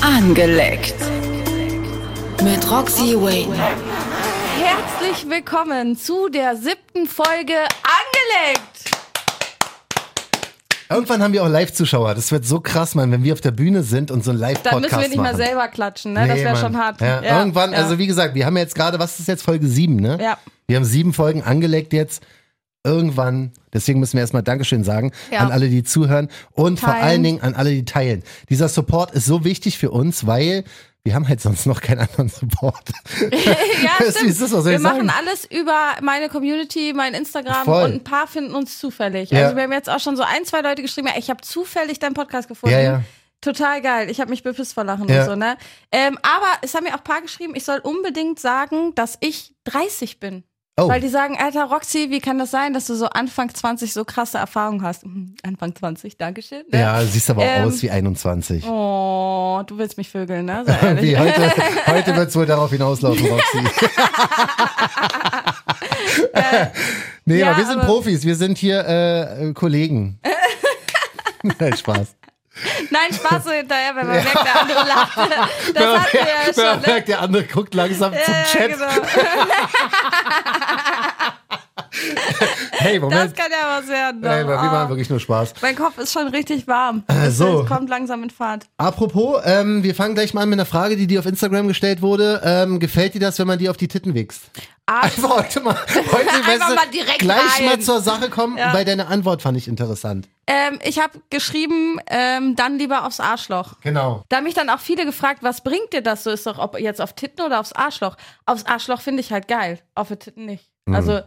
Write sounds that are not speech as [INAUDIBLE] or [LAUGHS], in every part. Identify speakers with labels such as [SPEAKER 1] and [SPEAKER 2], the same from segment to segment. [SPEAKER 1] Angeleckt. Mit Roxy Wayne.
[SPEAKER 2] Herzlich willkommen zu der siebten Folge Angelegt.
[SPEAKER 3] Irgendwann haben wir auch Live-Zuschauer. Das wird so krass, Mann, wenn wir auf der Bühne sind und so ein
[SPEAKER 2] Dann
[SPEAKER 3] Live-Podcast machen.
[SPEAKER 2] müssen wir nicht mal selber klatschen, ne? das
[SPEAKER 3] Nee,
[SPEAKER 2] wäre
[SPEAKER 3] Mann.
[SPEAKER 2] schon hart.
[SPEAKER 3] Ja. Irgendwann,
[SPEAKER 2] ja.
[SPEAKER 3] also wie [LAUGHS] gesagt, wir haben jetzt gerade, was ist jetzt Folge 7, ne?
[SPEAKER 2] Ja.
[SPEAKER 3] Wir haben sieben Folgen angelegt jetzt. Irgendwann, deswegen müssen wir erstmal Dankeschön sagen
[SPEAKER 2] Ja.
[SPEAKER 3] an alle, die zuhören und vor
[SPEAKER 2] Teilen.
[SPEAKER 3] allen Dingen an alle, die teilen. Dieser Support ist so wichtig für uns, weil wir haben halt sonst noch keinen anderen Support.
[SPEAKER 2] [LAUGHS] ja,
[SPEAKER 3] [LAUGHS] Weißt du, wie
[SPEAKER 2] Ah, stimmt.
[SPEAKER 3] ist das? Was soll
[SPEAKER 2] wir
[SPEAKER 3] ich sagen?
[SPEAKER 2] machen alles über meine Community, mein Instagram
[SPEAKER 3] Voll.
[SPEAKER 2] und ein paar finden uns zufällig.
[SPEAKER 3] Ja.
[SPEAKER 2] Also wir haben jetzt auch schon so ein, zwei Leute geschrieben, ja, ich habe zufällig deinen Podcast gefunden.
[SPEAKER 3] Ja, ja.
[SPEAKER 2] Total geil. Ich habe mich bepisst vor Lachen
[SPEAKER 3] Ja.
[SPEAKER 2] und so, ne? Ähm, aber es haben mir auch ein paar geschrieben, ich soll unbedingt sagen, dass ich 30 bin.
[SPEAKER 3] Oh,
[SPEAKER 2] Weil die sagen, Alter Roxy, wie kann das sein, dass du so Anfang 20 so krasse Erfahrungen hast? Mhm, Anfang 20, Dankeschön. ne?
[SPEAKER 3] ja, siehst aber auch
[SPEAKER 2] Ähm,
[SPEAKER 3] aus wie 21.
[SPEAKER 2] Oh, du willst mich vögeln, ne? Sei
[SPEAKER 3] Wie,
[SPEAKER 2] ehrlich.
[SPEAKER 3] heute heute wird es wohl darauf
[SPEAKER 2] [LAUGHS]
[SPEAKER 3] hinauslaufen, Roxy. [LAUGHS] nee,
[SPEAKER 2] ja,
[SPEAKER 3] aber wir sind
[SPEAKER 2] aber-
[SPEAKER 3] Profis, wir sind hier äh, äh,
[SPEAKER 2] [LAUGHS]
[SPEAKER 3] Kollegen. Nein, Spaß.
[SPEAKER 2] Nein, Spaß so hinterher, wenn man merkt, der andere lacht. Das
[SPEAKER 3] Wenn man
[SPEAKER 2] hatten wir ja
[SPEAKER 3] merkt- wenn man
[SPEAKER 2] schon. Ne?
[SPEAKER 3] merkt, der andere guckt langsam zum
[SPEAKER 2] Ja,
[SPEAKER 3] Chat.
[SPEAKER 2] genau.
[SPEAKER 3] Hey,
[SPEAKER 2] Das
[SPEAKER 3] Moment.
[SPEAKER 2] kann ja was werden.
[SPEAKER 3] Hey, wir
[SPEAKER 2] doch.
[SPEAKER 3] machen wirklich nur Spaß.
[SPEAKER 2] Mein Kopf ist schon richtig warm.
[SPEAKER 3] Äh, so.
[SPEAKER 2] Es kommt langsam in Fahrt.
[SPEAKER 3] Apropos, ähm, wir fangen gleich mal an mit einer Frage, die dir auf Instagram gestellt wurde. Ähm, gefällt dir das, wenn man dir auf die
[SPEAKER 2] [LAUGHS]
[SPEAKER 3] Titten wächst?
[SPEAKER 2] Ah,
[SPEAKER 3] Einfach heute mal, heute weißt du,
[SPEAKER 2] mal direkt
[SPEAKER 3] gleich
[SPEAKER 2] rein.
[SPEAKER 3] mal zur Sache kommen,
[SPEAKER 2] Ja.
[SPEAKER 3] weil deine Antwort fand ich interessant.
[SPEAKER 2] ähm, ich habe geschrieben, ähm, dann lieber aufs Arschloch.
[SPEAKER 3] Genau.
[SPEAKER 2] Da haben mich dann auch viele gefragt, was bringt dir das so? Ist doch ob jetzt auf Titten oder aufs Arschloch. Aufs Arschloch finde ich halt geil, auf die Titten nicht. Also,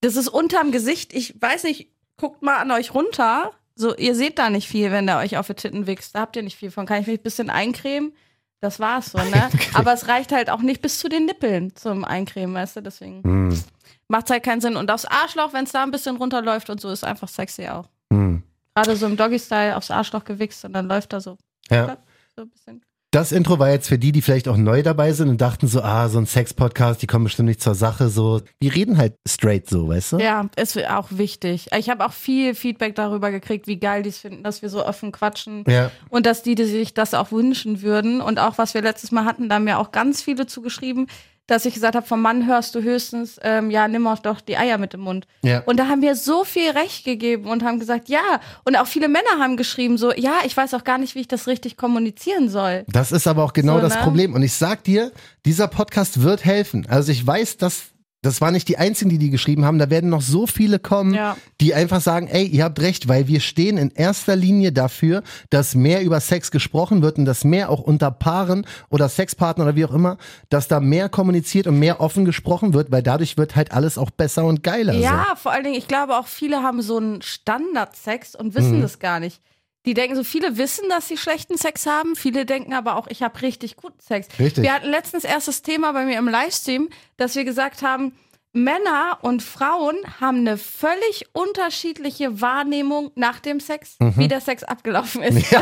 [SPEAKER 2] das ist unterm Gesicht. Ich weiß nicht, guckt mal an euch runter. So, ihr seht da nicht viel, wenn ihr euch auf die Titten wichst. Da habt ihr nicht viel von. Kann ich mich ein bisschen eincremen? Das war's so, ne? Aber es reicht halt auch nicht bis zu den Nippeln zum Eincremen, weißt du? Deswegen
[SPEAKER 3] Hm.
[SPEAKER 2] macht's halt keinen Sinn. Und aufs Arschloch, wenn es da ein bisschen runterläuft und so, ist einfach sexy auch.
[SPEAKER 3] Hm.
[SPEAKER 2] Gerade so im Doggy-Style aufs Arschloch gewichst und dann läuft da so,
[SPEAKER 3] Ja.
[SPEAKER 2] so ein bisschen.
[SPEAKER 3] Das Intro war jetzt für die, die vielleicht auch neu dabei sind und dachten so, ah, so ein Sex-Podcast, die kommen bestimmt nicht zur Sache, so. Die reden halt straight so, weißt du?
[SPEAKER 2] Ja, ist auch wichtig. Ich habe auch viel Feedback darüber gekriegt, wie geil die es finden, dass wir so offen quatschen
[SPEAKER 3] Ja.
[SPEAKER 2] und dass die, die sich das auch wünschen würden. Und auch was wir letztes Mal hatten, da haben mir auch ganz viele zugeschrieben, dass ich gesagt habe, vom Mann hörst du höchstens, ähm, ja, nimm auch doch die Eier mit im Mund.
[SPEAKER 3] Ja.
[SPEAKER 2] Und da haben wir so viel Recht gegeben und haben gesagt, ja. Und auch viele Männer haben geschrieben, so, ja, ich weiß auch gar nicht, wie ich das richtig kommunizieren soll.
[SPEAKER 3] Das ist aber auch genau
[SPEAKER 2] So,
[SPEAKER 3] das
[SPEAKER 2] ne?
[SPEAKER 3] Problem. Und ich sag dir, dieser Podcast wird helfen. Also ich weiß, dass das waren nicht die einzigen, die die geschrieben haben. Da werden noch so viele kommen,
[SPEAKER 2] Ja.
[SPEAKER 3] die einfach sagen, ey, ihr habt recht, weil wir stehen in erster Linie dafür, dass mehr über Sex gesprochen wird und dass mehr auch unter Paaren oder Sexpartnern oder wie auch immer, dass da mehr kommuniziert und mehr offen gesprochen wird, weil dadurch wird halt alles auch besser und geiler.
[SPEAKER 2] Ja, vor allen Dingen, ich glaube auch viele haben so einen Standardsex und wissen das gar nicht. Die denken so, viele wissen, dass sie schlechten Sex haben, viele denken aber auch, ich habe richtig guten Sex.
[SPEAKER 3] Richtig.
[SPEAKER 2] Wir hatten letztens erst das Thema bei mir im Livestream, dass wir gesagt haben, Männer und Frauen haben eine völlig unterschiedliche Wahrnehmung nach dem Sex, wie der Sex abgelaufen ist.
[SPEAKER 3] So.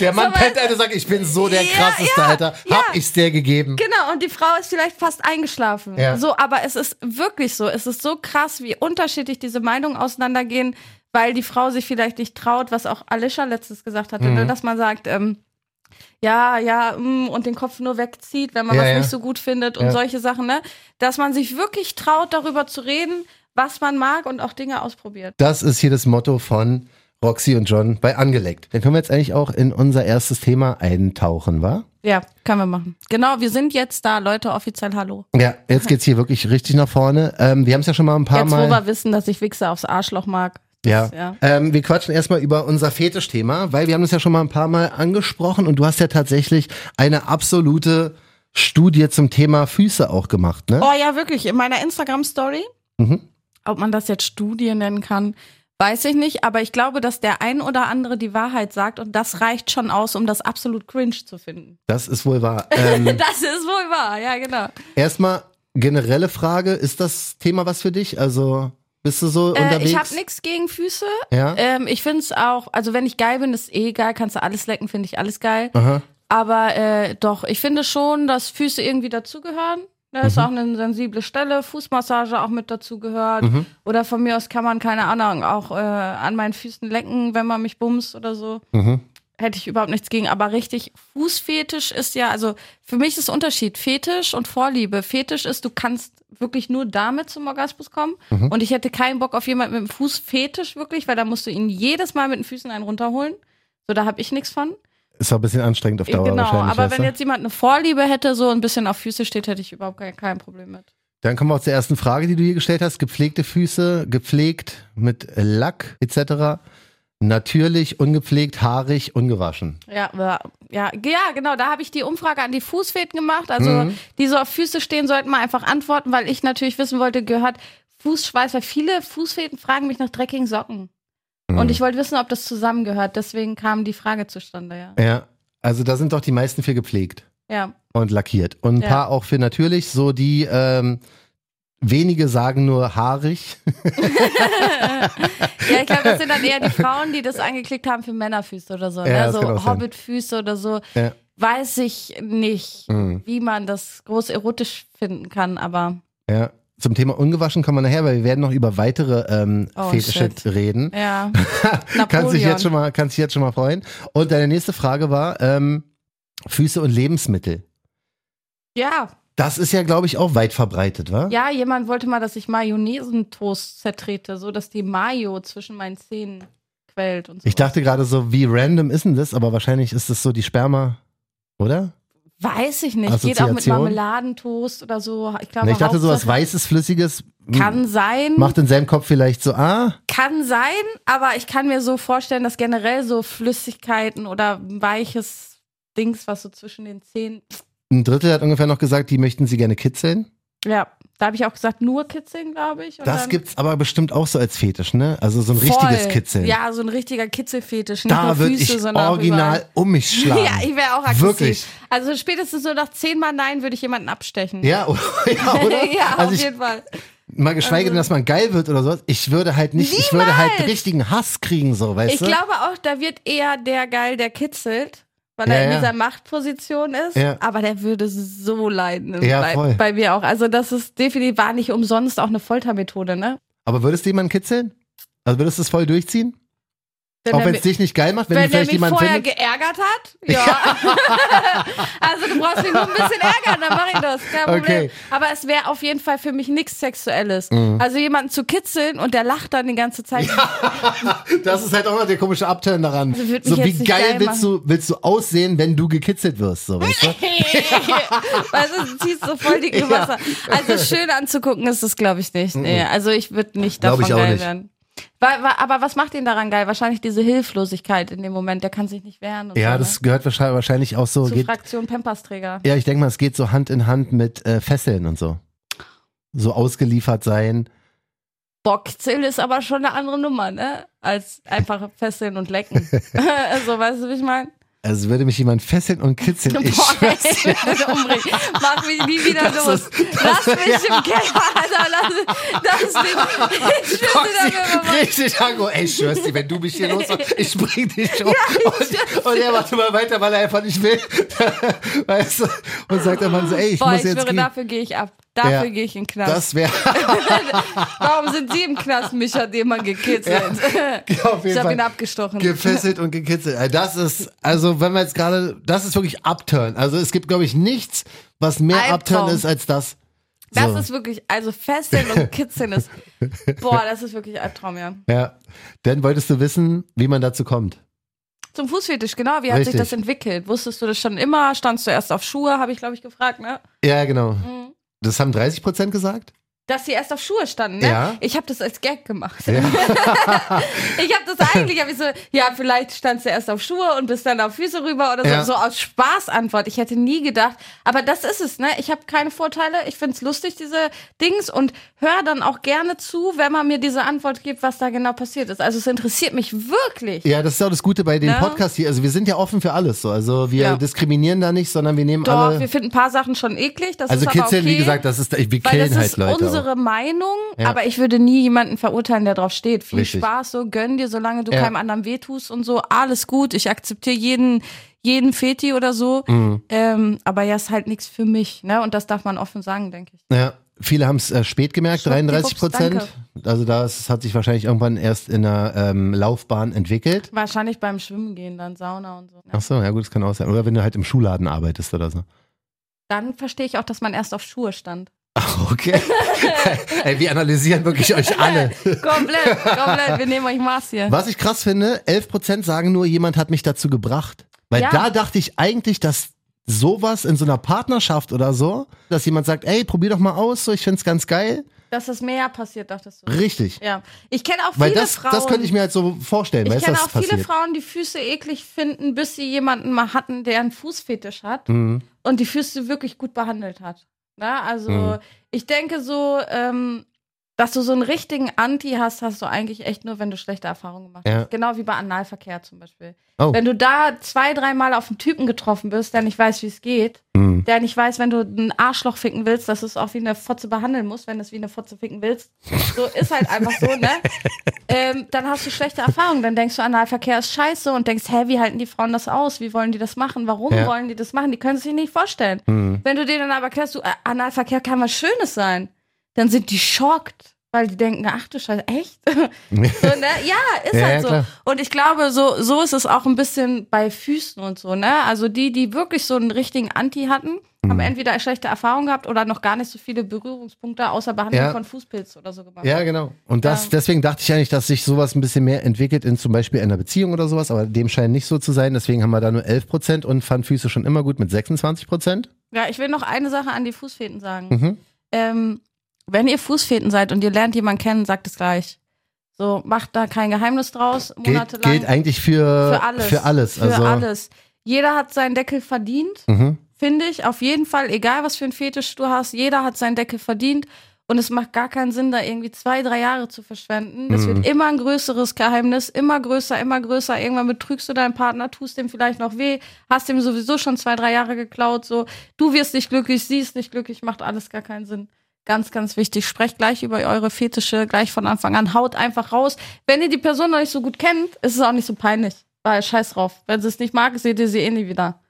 [SPEAKER 3] Der Mann
[SPEAKER 2] So, weil-
[SPEAKER 3] pennt, Alter, sagt, ich bin so der
[SPEAKER 2] Ja,
[SPEAKER 3] krasseste,
[SPEAKER 2] ja,
[SPEAKER 3] Alter.
[SPEAKER 2] ja.
[SPEAKER 3] Hab ich's dir gegeben.
[SPEAKER 2] Genau, und die Frau ist vielleicht fast eingeschlafen.
[SPEAKER 3] Ja.
[SPEAKER 2] So, aber es ist wirklich so. Es ist so krass, wie unterschiedlich diese Meinungen auseinandergehen, weil die Frau sich vielleicht nicht traut, was auch Alicia letztens gesagt hatte,
[SPEAKER 3] Mhm.
[SPEAKER 2] ne? dass man sagt, ähm, ja, ja, mm, und den Kopf nur wegzieht, wenn man
[SPEAKER 3] Ja,
[SPEAKER 2] was
[SPEAKER 3] ja.
[SPEAKER 2] nicht so gut findet und
[SPEAKER 3] Ja.
[SPEAKER 2] solche Sachen, ne? Dass man sich wirklich traut, darüber zu reden, was man mag und auch Dinge ausprobiert.
[SPEAKER 3] Das ist hier das Motto von Roxy und John bei Angeleckt. Dann können wir jetzt eigentlich auch in unser erstes Thema eintauchen, wa?
[SPEAKER 2] Ja, können wir machen. Genau, wir sind jetzt da, Leute, offiziell Hallo.
[SPEAKER 3] Ja, jetzt geht's hier wirklich richtig nach vorne. Ähm, wir haben es ja schon mal ein paar
[SPEAKER 2] Jetzt, wo
[SPEAKER 3] Mal.
[SPEAKER 2] wir wissen, dass ich Wichser aufs Arschloch mag.
[SPEAKER 3] ja.
[SPEAKER 2] ja.
[SPEAKER 3] Ähm, wir quatschen erstmal über unser Fetischthema, weil wir haben es ja schon mal ein paar Mal angesprochen und du hast ja tatsächlich eine absolute Studie zum Thema Füße auch gemacht, ne?
[SPEAKER 2] Oh ja, wirklich. In meiner Instagram-Story,
[SPEAKER 3] Mhm.
[SPEAKER 2] ob man das jetzt Studie nennen kann, weiß ich nicht. Aber ich glaube, dass der ein oder andere die Wahrheit sagt und das reicht schon aus, um das absolut cringe zu finden.
[SPEAKER 3] Das ist wohl wahr.
[SPEAKER 2] [LAUGHS]
[SPEAKER 3] Ähm,
[SPEAKER 2] Das ist wohl wahr, ja, genau.
[SPEAKER 3] erstmal generelle Frage, ist das Thema was für dich? Also bist du so
[SPEAKER 2] Äh,
[SPEAKER 3] unterwegs?
[SPEAKER 2] ich habe nichts gegen Füße.
[SPEAKER 3] Ja.
[SPEAKER 2] Ähm, ich finde es auch, also wenn ich geil bin, ist eh geil, kannst du alles lecken, finde ich alles geil.
[SPEAKER 3] Aha.
[SPEAKER 2] Aber äh, doch, ich finde schon, dass Füße irgendwie dazugehören. Da ist auch eine sensible Stelle, Fußmassage auch mit dazugehört. Oder von
[SPEAKER 3] Mhm.
[SPEAKER 2] mir aus kann man, keine Ahnung, auch äh, an meinen Füßen lecken, wenn man mich bumst oder so. hätte ich überhaupt nichts gegen, aber richtig, Fußfetisch ist ja, also für mich ist der Unterschied Fetisch und Vorliebe. Fetisch ist, du kannst wirklich nur damit zum Orgasmus kommen und ich hätte keinen Bock auf jemanden mit dem Fußfetisch wirklich, weil da musst du ihn jedes Mal mit den Füßen einen runterholen. So, da habe ich nichts von.
[SPEAKER 3] Ist auch ein bisschen anstrengend auf Dauer
[SPEAKER 2] genau,
[SPEAKER 3] wahrscheinlich.
[SPEAKER 2] aber
[SPEAKER 3] weißt
[SPEAKER 2] wenn
[SPEAKER 3] du?
[SPEAKER 2] jetzt jemand eine Vorliebe hätte, so ein bisschen auf Füße steht, hätte ich überhaupt gar kein Problem mit.
[SPEAKER 3] Dann kommen wir auch zur ersten Frage, die du hier gestellt hast. Gepflegte Füße, gepflegt mit Lack etc. Natürlich, ungepflegt, haarig, ungewaschen.
[SPEAKER 2] Ja, ja, ja, ja, genau. Da habe ich die Umfrage an die Fußfäden gemacht. Also
[SPEAKER 3] Mhm.
[SPEAKER 2] die so auf Füße stehen, sollten mal einfach antworten, weil ich natürlich wissen wollte, gehört Fußschweiß, weil viele Fußfäden fragen mich nach dreckigen Socken.
[SPEAKER 3] Mhm.
[SPEAKER 2] Und ich wollte wissen, ob das zusammengehört. Deswegen kam die Frage zustande, ja.
[SPEAKER 3] Ja, also da sind doch die meisten für gepflegt
[SPEAKER 2] Ja,
[SPEAKER 3] und lackiert. Und ein
[SPEAKER 2] Ja.
[SPEAKER 3] paar auch für natürlich, so die ähm, wenige sagen nur haarig.
[SPEAKER 2] ja ich glaube, das sind dann eher die Frauen, die das angeklickt haben für Männerfüße oder so.
[SPEAKER 3] Ja,
[SPEAKER 2] ne?
[SPEAKER 3] das kann
[SPEAKER 2] So
[SPEAKER 3] auch sein.
[SPEAKER 2] Hobbitfüße oder so.
[SPEAKER 3] Ja.
[SPEAKER 2] Weiß ich nicht,
[SPEAKER 3] Mhm.
[SPEAKER 2] wie man das groß erotisch finden kann, aber
[SPEAKER 3] Ja. Zum Thema ungewaschen kommen wir nachher, weil wir werden noch über weitere ähm,
[SPEAKER 2] Oh,
[SPEAKER 3] Fetische
[SPEAKER 2] shit.
[SPEAKER 3] reden.
[SPEAKER 2] ja.
[SPEAKER 3] [LAUGHS] Kannst dich
[SPEAKER 2] Napoleon.
[SPEAKER 3] jetzt schon mal, kannst dich jetzt schon mal freuen. Und deine nächste Frage war ähm, Füße und Lebensmittel.
[SPEAKER 2] Ja,
[SPEAKER 3] Das ist ja, glaube ich, auch weit verbreitet, wa?
[SPEAKER 2] Ja, jemand wollte mal, dass ich Mayonnaisentoast zertrete, so dass die Mayo zwischen meinen Zähnen quält und so.
[SPEAKER 3] Ich dachte gerade so, wie random ist denn das? Aber wahrscheinlich ist das so die Sperma, oder?
[SPEAKER 2] Weiß ich nicht. Geht auch mit
[SPEAKER 3] Assoziation?
[SPEAKER 2] Marmeladentoast oder so. Ich glaube,
[SPEAKER 3] Ne, ich dachte, so was
[SPEAKER 2] Hauptsache-
[SPEAKER 3] Weißes, Flüssiges m-
[SPEAKER 2] kann sein.
[SPEAKER 3] macht in seinem Kopf vielleicht so, ah,
[SPEAKER 2] Kann sein, aber ich kann mir so vorstellen, dass generell so Flüssigkeiten oder weiches Dings, was so zwischen den Zähnen.
[SPEAKER 3] ein Drittel hat ungefähr noch gesagt, die möchten sie gerne kitzeln.
[SPEAKER 2] Ja, da habe ich auch gesagt, nur kitzeln, glaube ich. und
[SPEAKER 3] Das
[SPEAKER 2] dann-
[SPEAKER 3] gibt's aber bestimmt auch so als Fetisch, ne? Also so ein
[SPEAKER 2] Voll.
[SPEAKER 3] richtiges Kitzeln.
[SPEAKER 2] Ja, so ein richtiger Kitzelfetisch. Nicht
[SPEAKER 3] da
[SPEAKER 2] nur
[SPEAKER 3] würde
[SPEAKER 2] Füße,
[SPEAKER 3] ich
[SPEAKER 2] sondern auch überall.
[SPEAKER 3] original um mich schlagen.
[SPEAKER 2] [LAUGHS] Ja, ich wäre auch aggressiv.
[SPEAKER 3] Wirklich.
[SPEAKER 2] Also spätestens so nach zehnmal Nein würde ich jemanden abstechen. [LAUGHS]
[SPEAKER 3] Ja, [LAUGHS] oder? ja, oder?
[SPEAKER 2] ja
[SPEAKER 3] also
[SPEAKER 2] auf
[SPEAKER 3] ich,
[SPEAKER 2] jeden Fall.
[SPEAKER 3] mal geschweige denn, dass man geil wird oder sowas. Ich würde halt nicht, ich würde halt richtigen Hass kriegen, so, weißt
[SPEAKER 2] Ich
[SPEAKER 3] du?
[SPEAKER 2] glaube auch, da wird eher der geil, der kitzelt, weil
[SPEAKER 3] Ja,
[SPEAKER 2] er in
[SPEAKER 3] ja.
[SPEAKER 2] dieser Machtposition ist.
[SPEAKER 3] Ja.
[SPEAKER 2] Aber der würde so leiden
[SPEAKER 3] Ja, voll.
[SPEAKER 2] bei, bei mir auch. Also das ist definitiv war nicht umsonst auch eine Foltermethode, ne?
[SPEAKER 3] Aber würdest du jemanden kitzeln? Also würdest du es voll durchziehen?
[SPEAKER 2] Wenn
[SPEAKER 3] Auch
[SPEAKER 2] er
[SPEAKER 3] wenn
[SPEAKER 2] mi-
[SPEAKER 3] es dich nicht geil macht, wenn, du
[SPEAKER 2] wenn er
[SPEAKER 3] vielleicht
[SPEAKER 2] mich
[SPEAKER 3] jemanden
[SPEAKER 2] vorher
[SPEAKER 3] findest?
[SPEAKER 2] geärgert hat,
[SPEAKER 3] [LAUGHS]
[SPEAKER 2] ja. [LAUGHS] also du brauchst mich nur ein bisschen ärgern, dann mach ich das. Kein Problem.
[SPEAKER 3] Okay.
[SPEAKER 2] Aber es wäre auf jeden Fall für mich nichts Sexuelles.
[SPEAKER 3] Mhm.
[SPEAKER 2] Also jemanden zu kitzeln und der lacht dann die ganze Zeit. [LAUGHS]
[SPEAKER 3] Das ist halt auch noch der komische Upturn daran.
[SPEAKER 2] Also würd mich
[SPEAKER 3] so wie
[SPEAKER 2] jetzt nicht
[SPEAKER 3] geil,
[SPEAKER 2] geil
[SPEAKER 3] willst, du, willst du aussehen, wenn du gekitzelt wirst, so, weißt du?
[SPEAKER 2] Weißt du, du ziehst so
[SPEAKER 3] [LAUGHS]
[SPEAKER 2] voll dicke Wasser. Also schön anzugucken ist es, glaube ich, nicht. Nee, also ich würde nicht
[SPEAKER 3] Mhm. Glaub
[SPEAKER 2] davon
[SPEAKER 3] ich auch
[SPEAKER 2] geil
[SPEAKER 3] nicht.
[SPEAKER 2] werden. Wa- wa- Aber was macht ihn daran geil? Wahrscheinlich diese Hilflosigkeit in dem Moment. Der kann sich nicht wehren. Und
[SPEAKER 3] Ja,
[SPEAKER 2] so,
[SPEAKER 3] das gehört wahrscheinlich wahrscheinlich auch so.
[SPEAKER 2] ne? zu
[SPEAKER 3] Geht,
[SPEAKER 2] Fraktion Pampersträger.
[SPEAKER 3] ja, ich denke mal, es geht so Hand in Hand mit äh, Fesseln und so. So ausgeliefert sein.
[SPEAKER 2] Bockzill ist aber schon eine andere Nummer, ne? Als einfach fesseln und
[SPEAKER 3] [LAUGHS]
[SPEAKER 2] lecken. so, weißt du, wie ich meine?
[SPEAKER 3] Also würde mich jemand fesseln und
[SPEAKER 2] [LAUGHS]
[SPEAKER 3] kitzeln. Ich
[SPEAKER 2] Boah, ey,
[SPEAKER 3] schwör's
[SPEAKER 2] ich werde umbringen. Mach mich nie wieder
[SPEAKER 3] Das
[SPEAKER 2] los.
[SPEAKER 3] ist-
[SPEAKER 2] lass mich im Keller, Alter. Lass, lass mich. Ich schwöre dir, da wäre
[SPEAKER 3] Roxy, richtig aggro. Ey, ich schwör's dir, wenn du
[SPEAKER 2] [LAUGHS]
[SPEAKER 3] mich hier losmachst, ich bring dich um. und, und er macht immer weiter, weil er einfach nicht will. [LAUGHS] weißt du? Und sagt der Mann so, ey, ich
[SPEAKER 2] Boah,
[SPEAKER 3] muss
[SPEAKER 2] ich
[SPEAKER 3] jetzt
[SPEAKER 2] schwöre,
[SPEAKER 3] gehen.
[SPEAKER 2] dafür gehe ich ab. Dafür
[SPEAKER 3] Ja.
[SPEAKER 2] gehe ich in den Knast.
[SPEAKER 3] Das [LAUGHS] wäre
[SPEAKER 2] Warum sind Sie im Knast, Micha, den man gekitzelt?
[SPEAKER 3] auf
[SPEAKER 2] [LAUGHS] ich
[SPEAKER 3] jeden
[SPEAKER 2] habe ihn
[SPEAKER 3] Fall
[SPEAKER 2] abgestochen.
[SPEAKER 3] gefesselt und gekitzelt. Ey, Das ist, also wenn wir jetzt gerade, das ist wirklich Upturn. Also es gibt, glaube ich, nichts, was mehr
[SPEAKER 2] Albtraum.
[SPEAKER 3] Upturn ist als das.
[SPEAKER 2] das
[SPEAKER 3] So.
[SPEAKER 2] ist wirklich, also fesseln und kitzeln
[SPEAKER 3] [LAUGHS]
[SPEAKER 2] ist, boah, das ist wirklich ein Traum, ja.
[SPEAKER 3] Ja. Dann wolltest du wissen, wie man dazu kommt.
[SPEAKER 2] Zum Fußfetisch, genau, wie hat
[SPEAKER 3] Richtig.
[SPEAKER 2] sich das entwickelt? Wusstest du das schon immer? Standst du erst auf Schuhe, habe ich, glaube ich, gefragt, ne?
[SPEAKER 3] Ja, genau.
[SPEAKER 2] Mhm.
[SPEAKER 3] Das haben 30 Prozent gesagt?
[SPEAKER 2] Dass sie erst auf Schuhe standen, ne?
[SPEAKER 3] Ja.
[SPEAKER 2] Ich habe das als Gag gemacht. [LAUGHS] ich habe das eigentlich, hab ich so, ja, vielleicht standst du erst auf Schuhe und bist dann auf Füße rüber oder so,
[SPEAKER 3] Ja.
[SPEAKER 2] so aus Spaß Antwort. Ich hätte nie gedacht, aber das ist es, ne? Ich habe keine Vorteile, ich find's lustig, diese Dings und höre dann auch gerne zu, wenn man mir diese Antwort gibt, was da genau passiert ist. Also es interessiert mich wirklich.
[SPEAKER 3] Ja, das ist auch das Gute bei dem
[SPEAKER 2] Ne?
[SPEAKER 3] Podcast hier. Also wir sind ja offen für alles so. Also wir
[SPEAKER 2] Ja.
[SPEAKER 3] diskriminieren da nicht, sondern wir nehmen
[SPEAKER 2] Doch,
[SPEAKER 3] alle.
[SPEAKER 2] wir finden ein paar Sachen schon eklig, das
[SPEAKER 3] Also
[SPEAKER 2] ist aber
[SPEAKER 3] kitzeln,
[SPEAKER 2] okay.
[SPEAKER 3] wie gesagt, das ist wir
[SPEAKER 2] Weil
[SPEAKER 3] killen
[SPEAKER 2] das
[SPEAKER 3] halt
[SPEAKER 2] ist
[SPEAKER 3] Leute.
[SPEAKER 2] unsere Meinung,
[SPEAKER 3] Ja.
[SPEAKER 2] aber ich würde nie jemanden verurteilen, der drauf steht. Viel
[SPEAKER 3] Richtig.
[SPEAKER 2] Spaß, so gönn dir, solange du
[SPEAKER 3] Ja.
[SPEAKER 2] keinem anderen wehtust und so, alles gut. Ich akzeptiere jeden, jeden
[SPEAKER 3] Mhm.
[SPEAKER 2] Feti oder so. Ähm, aber ja, ist halt nichts für mich, ne? Und das darf man offen sagen, denke ich.
[SPEAKER 3] auch. Ja. Viele haben es äh, spät gemerkt,
[SPEAKER 2] Schwuppdiwupps,
[SPEAKER 3] 33 Prozent. Also das hat sich wahrscheinlich irgendwann erst in der ähm, Laufbahn entwickelt.
[SPEAKER 2] Wahrscheinlich beim Schwimmen gehen, dann Sauna und so. Ja.
[SPEAKER 3] Ach so, ja gut, das kann auch sein. Oder wenn du halt im Schuhladen arbeitest oder so.
[SPEAKER 2] Dann verstehe ich auch, dass man erst auf Schuhe stand.
[SPEAKER 3] Ach, okay. [LAUGHS] Ey, wir analysieren
[SPEAKER 2] [LAUGHS]
[SPEAKER 3] wirklich euch alle. [LAUGHS]
[SPEAKER 2] Komplett, komplett, wir nehmen euch Maß hier.
[SPEAKER 3] Was ich krass finde, 11% sagen nur, jemand hat mich dazu gebracht. Weil
[SPEAKER 2] Ja.
[SPEAKER 3] da dachte ich eigentlich, dass sowas in so einer Partnerschaft oder so, dass jemand sagt, ey, probier doch mal aus, so, ich find's ganz geil.
[SPEAKER 2] Dass es mehr passiert, dachtest du.
[SPEAKER 3] Richtig.
[SPEAKER 2] Ja. Ich kenne auch
[SPEAKER 3] Weil
[SPEAKER 2] viele
[SPEAKER 3] das,
[SPEAKER 2] Frauen.
[SPEAKER 3] das könnte ich mir halt so vorstellen,
[SPEAKER 2] Ich
[SPEAKER 3] weißt du,
[SPEAKER 2] kenne
[SPEAKER 3] das
[SPEAKER 2] auch viele
[SPEAKER 3] passiert.
[SPEAKER 2] Frauen, die Füße eklig finden, bis sie jemanden mal hatten, der einen Fußfetisch hat
[SPEAKER 3] Mhm.
[SPEAKER 2] und die Füße wirklich gut behandelt hat. Na, also
[SPEAKER 3] Mhm.
[SPEAKER 2] ich denke so, ähm, dass du so einen richtigen Anti hast, hast du eigentlich echt nur, wenn du schlechte Erfahrungen gemacht
[SPEAKER 3] Ja.
[SPEAKER 2] hast. Genau wie bei Analverkehr zum Beispiel.
[SPEAKER 3] Oh.
[SPEAKER 2] Wenn du da zwei, dreimal auf einen Typen getroffen bist, der nicht weiß, wie es geht,
[SPEAKER 3] Mhm.
[SPEAKER 2] der nicht weiß, wenn du ein Arschloch ficken willst, dass du es auch wie eine Fotze behandeln musst, wenn du es wie eine Fotze ficken willst. So ist halt einfach so, ne? ähm, dann hast du schlechte Erfahrungen. Dann denkst du, Analverkehr ist scheiße und denkst, hä, wie halten die Frauen das aus? Wie wollen die das machen? Warum
[SPEAKER 3] Ja.
[SPEAKER 2] wollen die das machen? Die können sich nicht vorstellen. Wenn du denen dann aber erklärst, du, äh, Analverkehr kann was Schönes sein, dann sind die schockt. Weil die denken, ach du Scheiße, echt?
[SPEAKER 3] Mhm.
[SPEAKER 2] So, ne? Ja, ist
[SPEAKER 3] Ja, ja,
[SPEAKER 2] halt so.
[SPEAKER 3] klar.
[SPEAKER 2] Und ich glaube, so, so ist es auch ein bisschen bei Füßen und so, ne? Also die, die wirklich so einen richtigen Anti hatten,
[SPEAKER 3] Mhm.
[SPEAKER 2] haben entweder schlechte Erfahrungen gehabt oder noch gar nicht so viele Berührungspunkte außer Behandlung
[SPEAKER 3] Ja.
[SPEAKER 2] von Fußpilz oder so gemacht.
[SPEAKER 3] [LAUGHS] Ja, genau. Und das,
[SPEAKER 2] Ja.
[SPEAKER 3] deswegen dachte ich eigentlich, dass sich sowas ein bisschen mehr entwickelt in zum Beispiel einer Beziehung oder sowas, aber dem scheint nicht so zu sein. Deswegen haben wir da nur 11 Prozent und fand Füße schon immer gut mit 26 Prozent.
[SPEAKER 2] Ja, ich will noch eine Sache an die Fußfeten sagen.
[SPEAKER 3] Mhm.
[SPEAKER 2] Ähm, wenn ihr Fußfeten seid und ihr lernt jemanden kennen, sagt es gleich. So, macht da kein Geheimnis draus,
[SPEAKER 3] Gilt,
[SPEAKER 2] monatelang.
[SPEAKER 3] gilt eigentlich für,
[SPEAKER 2] für alles.
[SPEAKER 3] Für alles.
[SPEAKER 2] Für
[SPEAKER 3] also,
[SPEAKER 2] alles. Jeder hat seinen Deckel verdient.
[SPEAKER 3] Mhm.
[SPEAKER 2] finde ich, auf jeden Fall, egal was für ein Fetisch du hast, jeder hat seinen Deckel verdient. Und es macht gar keinen Sinn, da irgendwie zwei, drei Jahre zu verschwenden. Das wird immer ein größeres Geheimnis, immer größer, immer größer. Irgendwann betrügst du deinen Partner, tust dem vielleicht noch weh, hast dem sowieso schon zwei, drei Jahre geklaut. So, du wirst nicht glücklich, sie ist nicht glücklich, macht alles gar keinen Sinn. Ganz, ganz wichtig. Sprecht gleich über eure Fetische, gleich von Anfang an. Haut einfach raus. Wenn ihr die Person noch nicht so gut kennt, ist es auch nicht so peinlich. Weil scheiß drauf. Wenn sie es nicht mag, seht ihr sie eh nie wieder.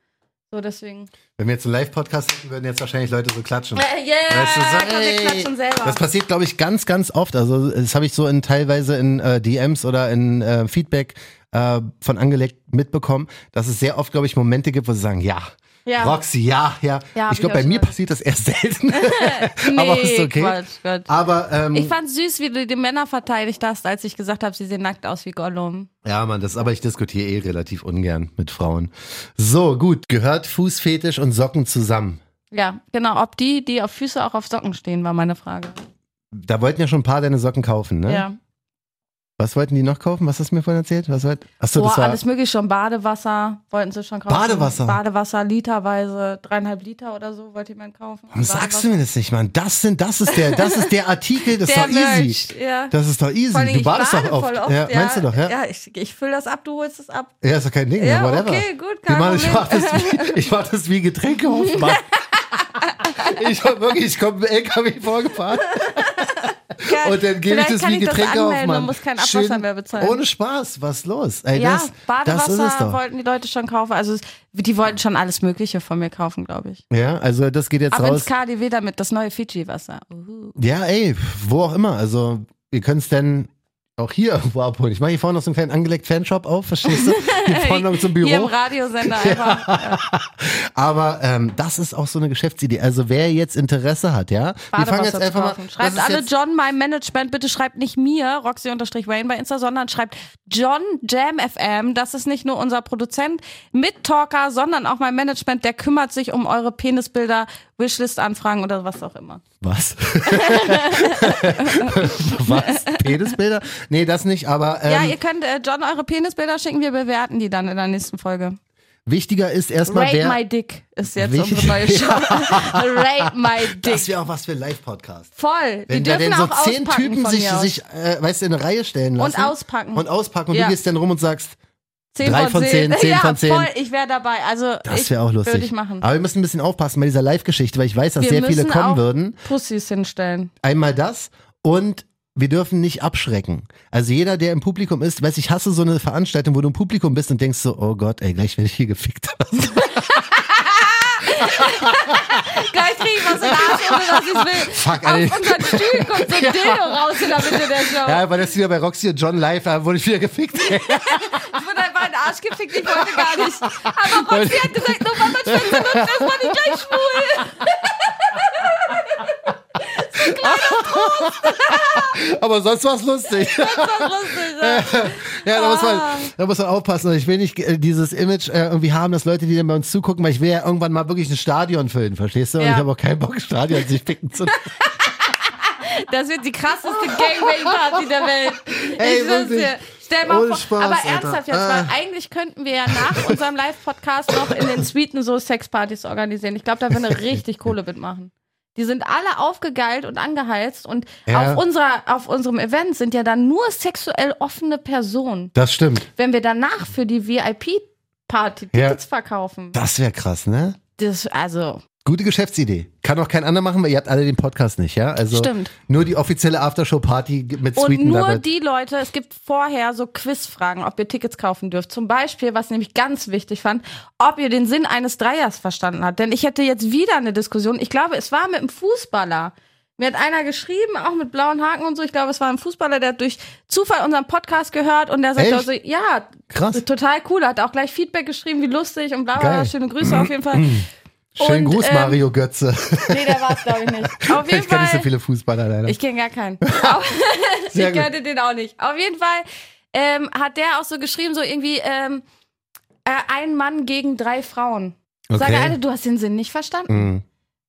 [SPEAKER 2] So, deswegen.
[SPEAKER 3] Wenn wir jetzt einen Live-Podcast hätten, würden jetzt wahrscheinlich Leute so klatschen.
[SPEAKER 2] Äh, Yeah,
[SPEAKER 3] Weißt du, so,
[SPEAKER 2] komm, wir
[SPEAKER 3] ey.
[SPEAKER 2] klatschen selber.
[SPEAKER 3] Das passiert, glaube ich, ganz, ganz oft. Also das habe ich so in teilweise in äh, DMs oder in äh, Feedback äh, von angelegt mitbekommen, dass es sehr oft, glaube ich, Momente gibt, wo sie sagen, ja,
[SPEAKER 2] Ja.
[SPEAKER 3] Roxy, ja, ja.
[SPEAKER 2] Ja, hab
[SPEAKER 3] ich glaube,
[SPEAKER 2] ich auch
[SPEAKER 3] bei mir
[SPEAKER 2] schon.
[SPEAKER 3] passiert das
[SPEAKER 2] [LAUGHS]
[SPEAKER 3] eher selten. [LAUGHS]
[SPEAKER 2] nee,
[SPEAKER 3] aber ist okay.
[SPEAKER 2] Quatsch, Quatsch.
[SPEAKER 3] Aber ähm,
[SPEAKER 2] Ich fand's süß, wie du die Männer verteidigt hast, als ich gesagt habe, sie sehen nackt aus wie Gollum.
[SPEAKER 3] Ja, Mann, das, aber ich diskutiere eh relativ ungern mit Frauen. So, gut, gehört Fußfetisch und Socken zusammen.
[SPEAKER 2] Ja, genau. Ob die, die auf Füße auch auf Socken stehen, war meine Frage.
[SPEAKER 3] Da wollten ja schon ein paar deine Socken kaufen, ne?
[SPEAKER 2] Ja.
[SPEAKER 3] Was wollten die noch kaufen? Was hast du mir vorhin erzählt? Was wollt... Achso,
[SPEAKER 2] Boah,
[SPEAKER 3] das war.
[SPEAKER 2] alles möglich schon. Badewasser wollten sie schon kaufen.
[SPEAKER 3] Badewasser?
[SPEAKER 2] Badewasser, literweise, dreieinhalb Liter oder so wollte jemand kaufen.
[SPEAKER 3] Warum sagst du mir das nicht, Mann? Das, sind, das, ist, der, das ist der Artikel, das ist
[SPEAKER 2] Der
[SPEAKER 3] doch
[SPEAKER 2] Merch,
[SPEAKER 3] easy.
[SPEAKER 2] ja.
[SPEAKER 3] Das ist doch easy.
[SPEAKER 2] Vor allen Dingen,
[SPEAKER 3] Du
[SPEAKER 2] ich
[SPEAKER 3] badest
[SPEAKER 2] bade
[SPEAKER 3] doch oft.
[SPEAKER 2] voll oft,
[SPEAKER 3] ja, Meinst du doch, ja? Ja,
[SPEAKER 2] Ja, ich, ich fülle das ab, du holst es ab.
[SPEAKER 3] ist doch kein Ding,
[SPEAKER 2] Ja,
[SPEAKER 3] whatever.
[SPEAKER 2] okay, gut,
[SPEAKER 3] ich
[SPEAKER 2] kein
[SPEAKER 3] mach, ich
[SPEAKER 2] Problem.
[SPEAKER 3] mach das
[SPEAKER 2] [LAUGHS]
[SPEAKER 3] wie, ich mach das wie Getränke auf, Mann. Ich hab wirklich, ich komm mit dem LKW vorgefahren.
[SPEAKER 2] Geil.
[SPEAKER 3] [LAUGHS] Und dann gebe ich
[SPEAKER 2] Vielleicht
[SPEAKER 3] das
[SPEAKER 2] kann
[SPEAKER 3] wie
[SPEAKER 2] ich das
[SPEAKER 3] Getränke auf,
[SPEAKER 2] anmelden
[SPEAKER 3] Mann.
[SPEAKER 2] und muss kein
[SPEAKER 3] Schön-
[SPEAKER 2] Abwasser mehr bezahlen.
[SPEAKER 3] Ohne Spaß, was ist los? Ey,
[SPEAKER 2] ja,
[SPEAKER 3] das, das ist es
[SPEAKER 2] Badewasser
[SPEAKER 3] doch.
[SPEAKER 2] wollten die Leute schon kaufen. Also es- die wollten schon alles Mögliche von mir kaufen, glaube ich.
[SPEAKER 3] Ja, also das geht jetzt
[SPEAKER 2] Ab
[SPEAKER 3] raus.
[SPEAKER 2] ins KDW damit, das neue Fiji-Wasser. Uhu.
[SPEAKER 3] Ja, ey, wo auch immer. Also, ihr könnt es denn auch hier [LAUGHS] irgendwo abholen. Ich mache hier vorne noch so einen kleinen angelegt Fanshop
[SPEAKER 2] [LAUGHS]
[SPEAKER 3] auf, verstehst du? Hier vorne noch zum
[SPEAKER 2] Hier im
[SPEAKER 3] Büro. [LAUGHS]
[SPEAKER 2] Radiosender einfach.
[SPEAKER 3] Aber ähm, das ist auch so eine Geschäftsidee. Also, wer jetzt Interesse hat, ja, wir fangen jetzt
[SPEAKER 2] Badewasser zu
[SPEAKER 3] einfach
[SPEAKER 2] kaufen.
[SPEAKER 3] mal.
[SPEAKER 2] Schreibt
[SPEAKER 3] das ist
[SPEAKER 2] alle
[SPEAKER 3] jetzt,
[SPEAKER 2] John, mein Management, bitte schreibt nicht mir, Roxy-Wayne bei Insta, sondern schreibt John Jam FM. Das ist nicht nur unser Produzent, Mittalker, sondern auch mein Management, der kümmert sich um eure Penisbilder, Wishlist-Anfragen oder was auch immer. [LAUGHS]
[SPEAKER 3] was? was? Penisbilder? Nee, das nicht, aber ähm,
[SPEAKER 2] ja, ihr könnt äh, John eure Penisbilder schicken, wir bewerten die dann in der nächsten Folge.
[SPEAKER 3] wichtiger ist erstmal,
[SPEAKER 2] Rate
[SPEAKER 3] wer.
[SPEAKER 2] My Dick ist jetzt
[SPEAKER 3] Wichtig-
[SPEAKER 2] unsere
[SPEAKER 3] [LAUGHS]
[SPEAKER 2] neue Show. Rate My
[SPEAKER 3] das
[SPEAKER 2] Dick.
[SPEAKER 3] wäre auch was für Live-Podcast.
[SPEAKER 2] Voll.
[SPEAKER 3] Wenn
[SPEAKER 2] die
[SPEAKER 3] da
[SPEAKER 2] dürfen
[SPEAKER 3] denn so
[SPEAKER 2] auch
[SPEAKER 3] zehn
[SPEAKER 2] auspacken
[SPEAKER 3] Typen
[SPEAKER 2] von
[SPEAKER 3] sich,
[SPEAKER 2] mir aus.
[SPEAKER 3] sich äh, weißt du, in eine Reihe stellen
[SPEAKER 2] Und
[SPEAKER 3] lassen.
[SPEAKER 2] auspacken.
[SPEAKER 3] Und auspacken. Und
[SPEAKER 2] Ja.
[SPEAKER 3] du gehst dann rum und sagst,
[SPEAKER 2] Zehn
[SPEAKER 3] drei von zehn, zehn
[SPEAKER 2] ja,
[SPEAKER 3] von zehn.
[SPEAKER 2] voll, ich wäre dabei. Also
[SPEAKER 3] das
[SPEAKER 2] ich-
[SPEAKER 3] wäre auch lustig.
[SPEAKER 2] Würde ich machen.
[SPEAKER 3] Aber wir müssen ein bisschen aufpassen bei dieser Live-Geschichte, weil ich weiß, dass
[SPEAKER 2] Wir
[SPEAKER 3] sehr viele
[SPEAKER 2] müssen
[SPEAKER 3] kommen
[SPEAKER 2] auch-
[SPEAKER 3] würden.
[SPEAKER 2] Pussys hinstellen.
[SPEAKER 3] Einmal das und wir dürfen nicht abschrecken. Also jeder, der im Publikum ist, weiß ich hasse so eine Veranstaltung, wo du im Publikum bist und denkst so, oh Gott, ey, gleich werde ich hier gefickt.
[SPEAKER 2] Gleich krieg ich was Glas,
[SPEAKER 3] [LAUGHS]
[SPEAKER 2] ohne dass ich will.
[SPEAKER 3] Fuck, ey.
[SPEAKER 2] Auf unseren Stuhl kommt
[SPEAKER 3] [LAUGHS]
[SPEAKER 2] so ein Dildo raus in der Mitte der Show.
[SPEAKER 3] [LAUGHS] Ja, weil das wieder bei Roxy und John live, da wurde ich wieder gefickt.
[SPEAKER 2] Ich wurde einfach in den Arsch gefickt, ich wollte gar nicht. Aber Roxy hat gesagt, nur weil man Schwänze nutzt, ist man nicht gleich schwul. [LAUGHS]
[SPEAKER 3] Aber sonst war's lustig. [LAUGHS]
[SPEAKER 2] Das war lustig. Ne?
[SPEAKER 3] Ja, da muss man, da muss man aufpassen. Und ich will nicht äh, dieses Image äh, irgendwie haben, dass Leute, die dann bei uns zugucken, weil ich will ja irgendwann mal wirklich ein Stadion füllen, verstehst du? Und
[SPEAKER 2] Ja.
[SPEAKER 3] ich habe auch keinen Bock, Stadion sich picken zu
[SPEAKER 2] Das wird die krasseste Gangbang-Party der Welt.
[SPEAKER 3] [LAUGHS] Ey,
[SPEAKER 2] ich schwör's
[SPEAKER 3] wirklich.
[SPEAKER 2] dir. Stell mal
[SPEAKER 3] Ohne
[SPEAKER 2] vor,
[SPEAKER 3] Spaß,
[SPEAKER 2] aber
[SPEAKER 3] Alter.
[SPEAKER 2] ernsthaft jetzt mal,
[SPEAKER 3] Ah.
[SPEAKER 2] eigentlich könnten wir ja nach unserem Live-Podcast noch in den Suiten so Sexpartys organisieren. Ich glaube, da
[SPEAKER 3] [LAUGHS]
[SPEAKER 2] würden wir richtig Kohle mitmachen. Die sind alle aufgegeilt und angeheizt und
[SPEAKER 3] Ja.
[SPEAKER 2] auf, unserer, auf unserem Event sind ja dann nur sexuell offene Personen.
[SPEAKER 3] Das stimmt.
[SPEAKER 2] Wenn wir danach für die VIP-Party
[SPEAKER 3] Ja.
[SPEAKER 2] Tickets verkaufen,
[SPEAKER 3] Das wäre krass, ne?
[SPEAKER 2] das, also,
[SPEAKER 3] Gute Geschäftsidee. Kann auch kein anderer machen, weil ihr habt alle den Podcast nicht, ja? Also
[SPEAKER 2] Stimmt.
[SPEAKER 3] nur die offizielle Aftershow-Party mit
[SPEAKER 2] Und
[SPEAKER 3] Sweeten
[SPEAKER 2] nur
[SPEAKER 3] dabei.
[SPEAKER 2] die Leute, es gibt vorher so Quizfragen, ob ihr Tickets kaufen dürft. Zum Beispiel, was ich nämlich ganz wichtig fand, ob ihr den Sinn eines Dreiers verstanden habt. Denn ich hätte jetzt wieder eine Diskussion. Ich glaube, es war mit einem Fußballer. Mir hat einer geschrieben, auch mit blauen Haken und so. Ich glaube, es war ein Fußballer, der hat durch Zufall unseren Podcast gehört und der sagt
[SPEAKER 3] Echt?
[SPEAKER 2] also, ja,
[SPEAKER 3] Krass.
[SPEAKER 2] total cool. Hat auch gleich Feedback geschrieben, wie lustig und bla bla. bla.
[SPEAKER 3] Geil.
[SPEAKER 2] Schöne Grüße auf jeden Fall.
[SPEAKER 3] [CLEARS THROAT] Schönen
[SPEAKER 2] und,
[SPEAKER 3] Gruß,
[SPEAKER 2] ähm,
[SPEAKER 3] Mario Götze.
[SPEAKER 2] [LAUGHS] Nee, der war es, glaube ich, nicht.
[SPEAKER 3] [LAUGHS]
[SPEAKER 2] Auf jeden
[SPEAKER 3] Ich kenne nicht so
[SPEAKER 2] Fall.
[SPEAKER 3] viele Fußballer leider.
[SPEAKER 2] Ich kenne gar
[SPEAKER 3] [LAUGHS]
[SPEAKER 2] keinen.
[SPEAKER 3] Sehr
[SPEAKER 2] ich
[SPEAKER 3] gut.
[SPEAKER 2] kannte den auch nicht. Auf jeden Fall ähm, hat der auch so geschrieben, so irgendwie ähm, äh, ein Mann gegen drei Frauen. Sage eine, du hast den Sinn nicht verstanden.
[SPEAKER 3] Mhm.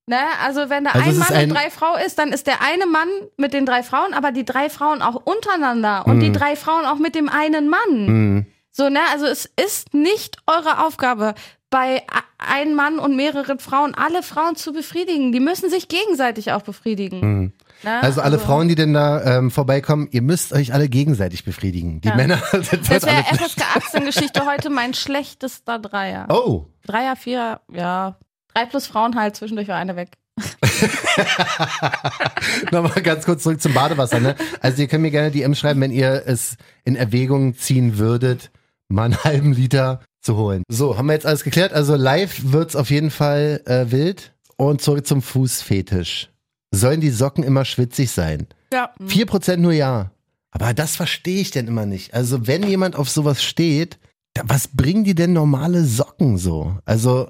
[SPEAKER 2] Ne? Also wenn da
[SPEAKER 3] Also es
[SPEAKER 2] ein
[SPEAKER 3] ist
[SPEAKER 2] Mann
[SPEAKER 3] ein-
[SPEAKER 2] mit drei Frauen ist, dann ist der eine Mann mit den drei Frauen, aber die drei Frauen auch untereinander und
[SPEAKER 3] Mhm.
[SPEAKER 2] die drei Frauen auch mit dem einen Mann.
[SPEAKER 3] Hm.
[SPEAKER 2] So, ne? Also es ist nicht eure Aufgabe, bei a- einem Mann und mehreren Frauen alle Frauen zu befriedigen. Die müssen sich gegenseitig auch befriedigen. Ne?
[SPEAKER 3] Also alle Frauen, die denn da ähm, vorbeikommen, ihr müsst euch alle gegenseitig befriedigen. Die Männer [LAUGHS] sind
[SPEAKER 2] Das
[SPEAKER 3] halt
[SPEAKER 2] wäre
[SPEAKER 3] alle.
[SPEAKER 2] FSK 18 Geschichte
[SPEAKER 3] [LAUGHS]
[SPEAKER 2] heute mein schlechtester Dreier.
[SPEAKER 3] Oh,
[SPEAKER 2] Dreier, Vierer, ja. Drei plus Frauen halt, zwischendurch war eine weg.
[SPEAKER 3] nochmal ganz kurz zurück zum Badewasser. Ne? Also ihr könnt mir gerne DM schreiben, wenn ihr es in Erwägung ziehen würdet, mal einen halben Liter zu holen. So, haben wir jetzt alles geklärt. Also live wird's auf jeden Fall äh, wild. Und zurück zum Fußfetisch. Sollen die Socken immer schwitzig sein?
[SPEAKER 2] Ja.
[SPEAKER 3] 4% nur ja. Aber das verstehe ich denn immer nicht. Also, wenn jemand auf sowas steht, da, was bringen die denn normale Socken so? Also,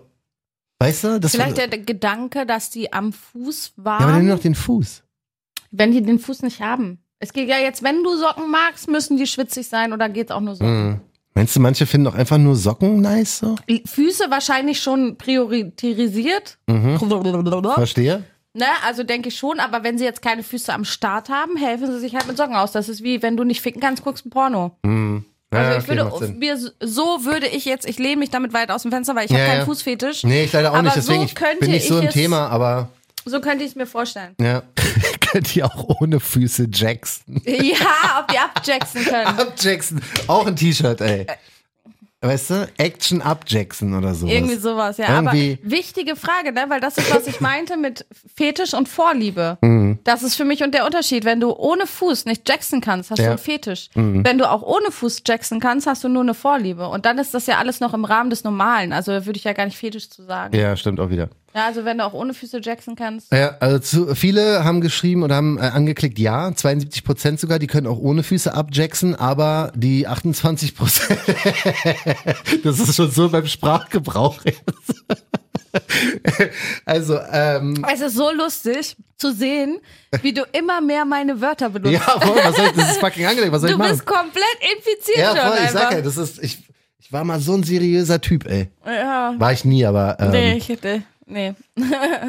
[SPEAKER 3] weißt du, das
[SPEAKER 2] Vielleicht
[SPEAKER 3] ja,
[SPEAKER 2] der Gedanke, dass die am Fuß
[SPEAKER 3] aber dann
[SPEAKER 2] waren,
[SPEAKER 3] nur noch den Fuß.
[SPEAKER 2] wenn die den Fuß nicht haben. Es geht ja jetzt, wenn du Socken magst, müssen die schwitzig sein oder geht's auch nur so?
[SPEAKER 3] Mhm. Meinst du, manche finden doch einfach nur Socken nice so?
[SPEAKER 2] Füße wahrscheinlich schon priorisiert.
[SPEAKER 3] Mhm. Verstehe?
[SPEAKER 2] Ne, also denke ich schon, aber wenn sie jetzt keine Füße am Start haben, helfen sie sich halt mit Socken aus. Das ist wie, wenn du nicht ficken kannst, guckst ein Porno.
[SPEAKER 3] Mhm.
[SPEAKER 2] Also
[SPEAKER 3] Ja,
[SPEAKER 2] ich
[SPEAKER 3] okay, macht
[SPEAKER 2] würde,
[SPEAKER 3] Sinn.
[SPEAKER 2] mir, so würde ich jetzt, ich lehne mich damit weit aus dem Fenster, weil ich habe
[SPEAKER 3] Ja,
[SPEAKER 2] keinen
[SPEAKER 3] ja.
[SPEAKER 2] Fußfetisch.
[SPEAKER 3] Nee, ich leider auch
[SPEAKER 2] Aber
[SPEAKER 3] nicht, deswegen
[SPEAKER 2] so
[SPEAKER 3] ich
[SPEAKER 2] könnte
[SPEAKER 3] bin nicht so
[SPEAKER 2] ich
[SPEAKER 3] im
[SPEAKER 2] es-
[SPEAKER 3] Thema, aber
[SPEAKER 2] So könnte ich es mir vorstellen. [LAUGHS]
[SPEAKER 3] ja. Könnt ihr auch ohne Füße Jackson.
[SPEAKER 2] ja, ob die abjacksen können.
[SPEAKER 3] [LAUGHS] Ab Jackson. Auch ein T-Shirt, ey. Weißt du? Action Up Jackson oder sowas.
[SPEAKER 2] Irgendwie sowas, ja.
[SPEAKER 3] Irgendwie-
[SPEAKER 2] Aber wichtige Frage, ne? weil das ist, was ich meinte mit Fetisch und
[SPEAKER 3] [LAUGHS]
[SPEAKER 2] Vorliebe.
[SPEAKER 3] Mhm.
[SPEAKER 2] Das ist für mich und der Unterschied. Wenn du ohne Fuß nicht jacksen kannst, hast
[SPEAKER 3] Ja. Mhm.
[SPEAKER 2] du einen Fetisch. Wenn du auch ohne Fuß jacksen kannst, hast du nur eine Vorliebe. Und dann ist das ja alles noch im Rahmen des Normalen. Also würde ich ja gar nicht Fetisch zu sagen. Ja.
[SPEAKER 3] Ja, stimmt auch wieder.
[SPEAKER 2] also wenn du auch ohne Füße jacksen kannst.
[SPEAKER 3] Ja, also zu, viele haben geschrieben oder haben äh, angeklickt, ja, 72 Prozent sogar, die können auch ohne Füße abjacksen, aber die 28 Prozent, [LAUGHS] das ist schon so beim Sprachgebrauch jetzt. [LAUGHS] also, ähm,
[SPEAKER 2] Es ist so lustig zu sehen, wie du immer mehr meine Wörter benutzt.
[SPEAKER 3] ja, voll, was soll ich, das ist fucking angelegt, was soll
[SPEAKER 2] Du
[SPEAKER 3] ich machen?
[SPEAKER 2] bist komplett infiziert
[SPEAKER 3] Ja,
[SPEAKER 2] schon
[SPEAKER 3] voll, ich sag
[SPEAKER 2] einfach.
[SPEAKER 3] ja, das ist, ich, ich war mal so ein seriöser Typ, ey.
[SPEAKER 2] ja.
[SPEAKER 3] War ich nie, aber, ähm,
[SPEAKER 2] Nee, ich hätte. Nee.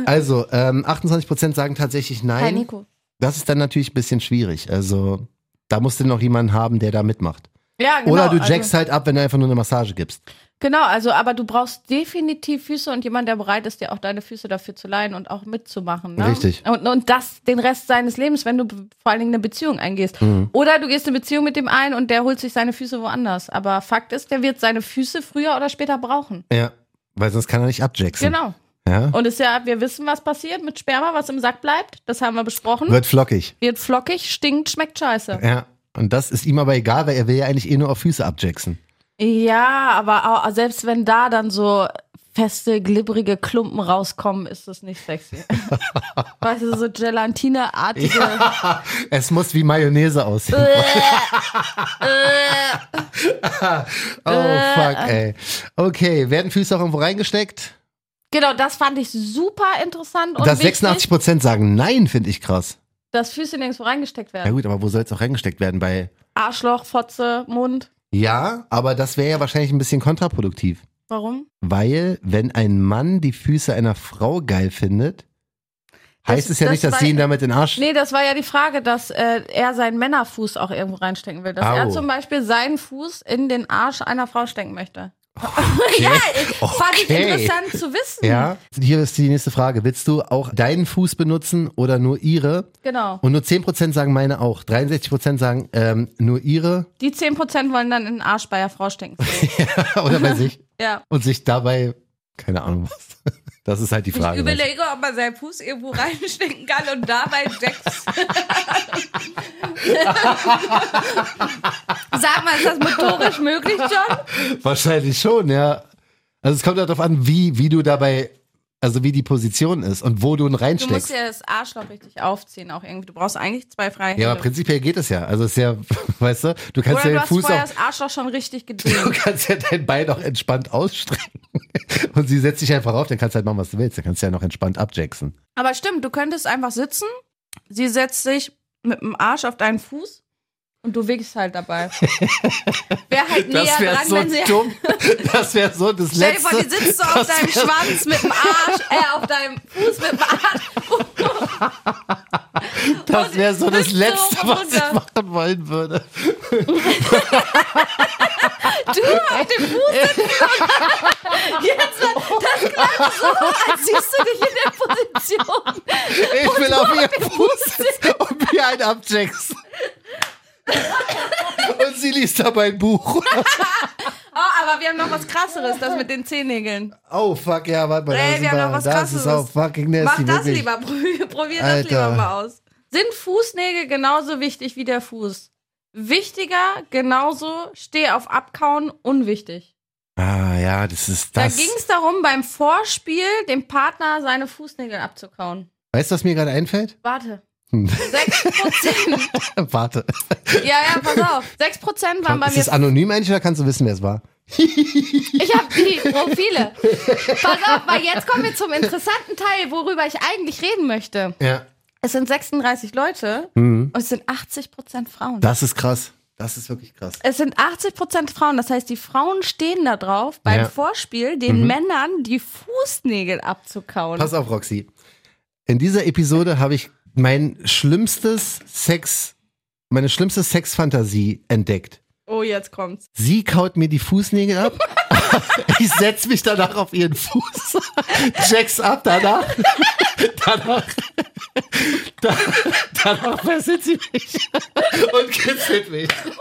[SPEAKER 3] also, ähm, 28 Prozent sagen tatsächlich
[SPEAKER 2] Hi,
[SPEAKER 3] nein.
[SPEAKER 2] Nico.
[SPEAKER 3] Das ist dann natürlich ein bisschen schwierig, also, da musst du noch jemanden haben, der da mitmacht.
[SPEAKER 2] Ja, genau.
[SPEAKER 3] Oder du
[SPEAKER 2] also-
[SPEAKER 3] jackst halt ab, wenn du einfach nur eine Massage gibst.
[SPEAKER 2] Genau, also, aber du brauchst definitiv Füße und jemand, der bereit ist, dir auch deine Füße dafür zu leihen und auch mitzumachen. Ne?
[SPEAKER 3] Richtig.
[SPEAKER 2] Und, und das den Rest seines Lebens, wenn du b- vor allen Dingen eine Beziehung eingehst.
[SPEAKER 3] Mhm.
[SPEAKER 2] Oder du gehst in eine Beziehung mit dem einen und der holt sich seine Füße woanders. Aber Fakt ist, der wird seine Füße früher oder später brauchen.
[SPEAKER 3] Ja. Weil sonst kann er nicht abjacksen.
[SPEAKER 2] Genau.
[SPEAKER 3] Ja?
[SPEAKER 2] Und ist ja, wir wissen, was passiert mit Sperma, was im Sack bleibt. Das haben wir besprochen.
[SPEAKER 3] Wird flockig.
[SPEAKER 2] Wird flockig, stinkt, schmeckt scheiße.
[SPEAKER 3] Ja. Und das ist ihm aber egal, weil er will ja eigentlich eh nur auf Füße abjacksen.
[SPEAKER 2] Ja, aber
[SPEAKER 3] [LAUGHS]
[SPEAKER 2] au- selbst wenn da dann so feste, glibberige Klumpen rauskommen, ist das nicht sexy. Weißt du, so Gelatine-artige.
[SPEAKER 3] Es muss wie Mayonnaise aussehen. oh,
[SPEAKER 2] Äh,
[SPEAKER 3] fuck, ey. Okay, werden Füße auch irgendwo reingesteckt?
[SPEAKER 2] [LAUGHS] Genau, das fand ich super interessant. Und
[SPEAKER 3] Dass
[SPEAKER 2] wichtig,
[SPEAKER 3] 86 Prozent sagen Nein, finde ich krass.
[SPEAKER 2] Dass Füße nirgendwo reingesteckt
[SPEAKER 3] Ja
[SPEAKER 2] werden.
[SPEAKER 3] gut, aber wo soll es auch reingesteckt werden? Bei
[SPEAKER 2] Arschloch, Fotze, Mund.
[SPEAKER 3] ja, aber das wäre ja wahrscheinlich ein bisschen kontraproduktiv.
[SPEAKER 2] Warum?
[SPEAKER 3] Weil, wenn ein Mann die Füße einer Frau geil findet, heißt
[SPEAKER 2] Das-
[SPEAKER 3] es ja
[SPEAKER 2] das
[SPEAKER 3] nicht, dass
[SPEAKER 2] war-
[SPEAKER 3] sie ihn damit in den Arsch...
[SPEAKER 2] Nee, das war ja die Frage, dass äh, er seinen Männerfuß auch irgendwo reinstecken will. Dass er
[SPEAKER 3] Au.
[SPEAKER 2] zum Beispiel seinen Fuß in den Arsch einer Frau stecken möchte.
[SPEAKER 3] Okay.
[SPEAKER 2] Ja, fand ich
[SPEAKER 3] Okay.
[SPEAKER 2] interessant zu wissen.
[SPEAKER 3] Ja, hier ist die nächste Frage. Willst du auch deinen Fuß benutzen oder nur ihre?
[SPEAKER 2] Genau.
[SPEAKER 3] Und nur 10% sagen meine auch. 63% sagen ähm, nur ihre [LAUGHS]
[SPEAKER 2] Die 10% wollen dann in den Arsch bei der Frau stecken.
[SPEAKER 3] oder bei sich.
[SPEAKER 2] Ja.
[SPEAKER 3] Und sich dabei, keine Ahnung was. [LAUGHS] Das ist halt die Frage.
[SPEAKER 2] ich überlege, ob man seinen Fuß irgendwo reinstecken kann und dabei
[SPEAKER 3] [LAUGHS]
[SPEAKER 2] Sex. Sag mal, ist das motorisch möglich, John?
[SPEAKER 3] Wahrscheinlich schon, ja. Also es kommt halt darauf an, wie, wie du dabei, also wie die Position ist und wo du
[SPEAKER 2] Du
[SPEAKER 3] ihn
[SPEAKER 2] musst
[SPEAKER 3] reinsteckst.
[SPEAKER 2] ja das Arschloch richtig aufziehen, auch irgendwie. Du brauchst eigentlich zwei freie Hände.
[SPEAKER 3] Ja, aber prinzipiell geht es ja. Also es ist ja, [LAUGHS] weißt du, du
[SPEAKER 2] Oder
[SPEAKER 3] kannst ja
[SPEAKER 2] du
[SPEAKER 3] den
[SPEAKER 2] hast
[SPEAKER 3] Fuß
[SPEAKER 2] vorher
[SPEAKER 3] auch
[SPEAKER 2] das Arschloch schon richtig
[SPEAKER 3] [LAUGHS] Du
[SPEAKER 2] gedehnt.
[SPEAKER 3] kannst ja dein Bein auch entspannt ausstrecken. [LAUGHS] Und sie setzt dich einfach auf, dann kannst du halt machen, was du willst. Dann kannst du ja noch entspannt abjacksen.
[SPEAKER 2] Aber stimmt, du könntest einfach sitzen, sie setzt sich mit dem Arsch auf deinen Fuß und du wickst halt
[SPEAKER 3] [LAUGHS]
[SPEAKER 2] dabei. Wäre halt näher
[SPEAKER 3] Das wäre
[SPEAKER 2] dran,
[SPEAKER 3] so
[SPEAKER 2] wenn sie
[SPEAKER 3] dumm. [LAUGHS] Das wäre so das
[SPEAKER 2] Stell dir
[SPEAKER 3] Letzte.
[SPEAKER 2] vor,
[SPEAKER 3] [LAUGHS]
[SPEAKER 2] die sitzt so auf
[SPEAKER 3] das
[SPEAKER 2] deinem
[SPEAKER 3] wär-
[SPEAKER 2] Schwanz mit dem Arsch, äh, auf deinem Fuß mit dem Arsch.
[SPEAKER 3] Das wäre so das
[SPEAKER 2] Bist du
[SPEAKER 3] Letzte, was ich
[SPEAKER 2] runter.
[SPEAKER 3] machen wollen würde.
[SPEAKER 2] Du auf dem Fuß sitzen. [LAUGHS] Jetzt, das klang so, als siehst du dich in der Position.
[SPEAKER 3] Ich will auf ihrem Fuß sitzen und mir einen abjacksen. Und sie liest dabei ein Buch.
[SPEAKER 2] Oh, aber wir haben noch was krasseres, das mit den Zehennägeln.
[SPEAKER 3] Oh, fuck, ja, warte mal.
[SPEAKER 2] Ey,
[SPEAKER 3] das
[SPEAKER 2] wir
[SPEAKER 3] ist,
[SPEAKER 2] haben
[SPEAKER 3] aber-
[SPEAKER 2] noch was
[SPEAKER 3] das
[SPEAKER 2] Krasses.
[SPEAKER 3] ist auch fucking nasty.
[SPEAKER 2] Mach das
[SPEAKER 3] wirklich.
[SPEAKER 2] lieber, [LAUGHS] prü- probier das
[SPEAKER 3] Alter.
[SPEAKER 2] lieber mal aus. Sind Fußnägel genauso wichtig wie der Fuß? Wichtiger, genauso, steh auf Abkauen, unwichtig.
[SPEAKER 3] Ah, ja, das ist
[SPEAKER 2] Da
[SPEAKER 3] das.
[SPEAKER 2] ging es darum, beim Vorspiel dem Partner seine Fußnägel abzukauen.
[SPEAKER 3] Weißt du, was mir gerade einfällt?
[SPEAKER 2] Warte.
[SPEAKER 3] Hm. [LAUGHS]
[SPEAKER 2] 6%.
[SPEAKER 3] Warte.
[SPEAKER 2] ja, ja, pass auf. 6% waren bei
[SPEAKER 3] ist es
[SPEAKER 2] mir.
[SPEAKER 3] anonym eigentlich oder kannst du wissen, wer es war?
[SPEAKER 2] Ich habe die Profile. pass auf, weil jetzt kommen wir zum interessanten Teil, worüber ich eigentlich reden möchte.
[SPEAKER 3] Ja.
[SPEAKER 2] Es sind 36 Leute
[SPEAKER 3] Mhm.
[SPEAKER 2] und es sind 80% Frauen.
[SPEAKER 3] Das ist krass. Das ist wirklich krass.
[SPEAKER 2] Es sind 80% Frauen, das heißt, die Frauen stehen da drauf, beim
[SPEAKER 3] Ja. Mhm.
[SPEAKER 2] Vorspiel den Männern die Fußnägel abzukauen.
[SPEAKER 3] Pass auf, Roxy. In dieser Episode habe ich mein schlimmstes Sex, meine schlimmste Sexfantasie entdeckt.
[SPEAKER 2] oh, jetzt
[SPEAKER 3] [LAUGHS]
[SPEAKER 2] kommt's.
[SPEAKER 3] Sie kaut mir die Fußnägel ab. ich setze mich danach auf ihren Fuß. Jacks ab danach. danach. Da, danach fesselt sie mich und kitzelt mich.
[SPEAKER 2] Und,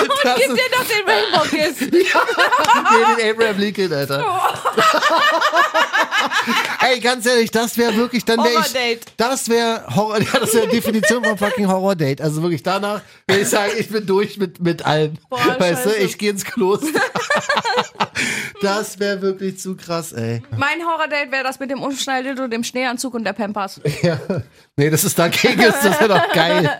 [SPEAKER 2] und
[SPEAKER 3] Das
[SPEAKER 2] gib
[SPEAKER 3] ist-
[SPEAKER 2] dir doch den Rainbow-Kiss.
[SPEAKER 3] Mir den Abraham
[SPEAKER 2] [LAUGHS]
[SPEAKER 3] Lincoln, Alter. Ey, ganz ehrlich, das wäre wirklich, dann wäre ich.
[SPEAKER 2] Horror-Date.
[SPEAKER 3] Das wäre Horror, ja, das wäre Definition von fucking Horror-Date. Also wirklich danach würde ich sagen, ich bin durch mit, mit allem.
[SPEAKER 2] Boah,
[SPEAKER 3] weißt du,
[SPEAKER 2] scheiße.
[SPEAKER 3] ich gehe
[SPEAKER 2] [LAUGHS]
[SPEAKER 3] ins Kloster. das wäre wirklich zu krass, ey.
[SPEAKER 2] Mein Horror-Date wäre das mit dem Umschneidildo, dem Schneeanzug und der Pampers.
[SPEAKER 3] Ja. Nee, das ist dagegen, ist das ja doch geil.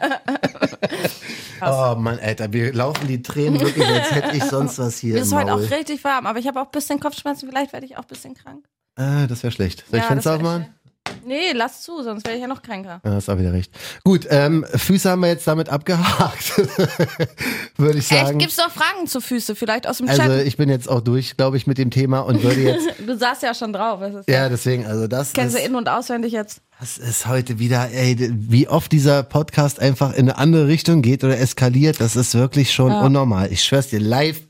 [SPEAKER 3] Oh Mann, Alter, wir laufen die Tränen wirklich, als hätte ich sonst was hier.
[SPEAKER 2] Mir ist
[SPEAKER 3] im
[SPEAKER 2] heute
[SPEAKER 3] Maul.
[SPEAKER 2] auch richtig warm, aber ich habe auch ein bisschen Kopfschmerzen, vielleicht werde ich auch ein bisschen krank.
[SPEAKER 3] Ah, das wäre schlecht. Soll ich
[SPEAKER 2] Ja,
[SPEAKER 3] Fenster
[SPEAKER 2] das wär
[SPEAKER 3] aufmachen?
[SPEAKER 2] Nee, lass zu, sonst werde ich ja noch kränker.
[SPEAKER 3] Ja, hast auch wieder recht. Gut, ähm, Füße haben wir jetzt damit abgehakt, [LAUGHS] würde ich
[SPEAKER 2] Echt,
[SPEAKER 3] sagen.
[SPEAKER 2] gibt's noch Fragen zu Füße, vielleicht aus dem Chat?
[SPEAKER 3] also ich bin jetzt auch durch, glaube ich, mit dem Thema und
[SPEAKER 2] [LAUGHS]
[SPEAKER 3] würde jetzt,
[SPEAKER 2] du saßt ja schon drauf. Das ist,
[SPEAKER 3] ja, deswegen, also das
[SPEAKER 2] Kennst
[SPEAKER 3] ist,
[SPEAKER 2] du in- und auswendig jetzt?
[SPEAKER 3] das ist heute wieder, ey, d- wie oft dieser Podcast einfach in eine andere Richtung geht oder eskaliert, das ist wirklich schon
[SPEAKER 2] Ja.
[SPEAKER 3] unnormal. Ich schwör's dir, live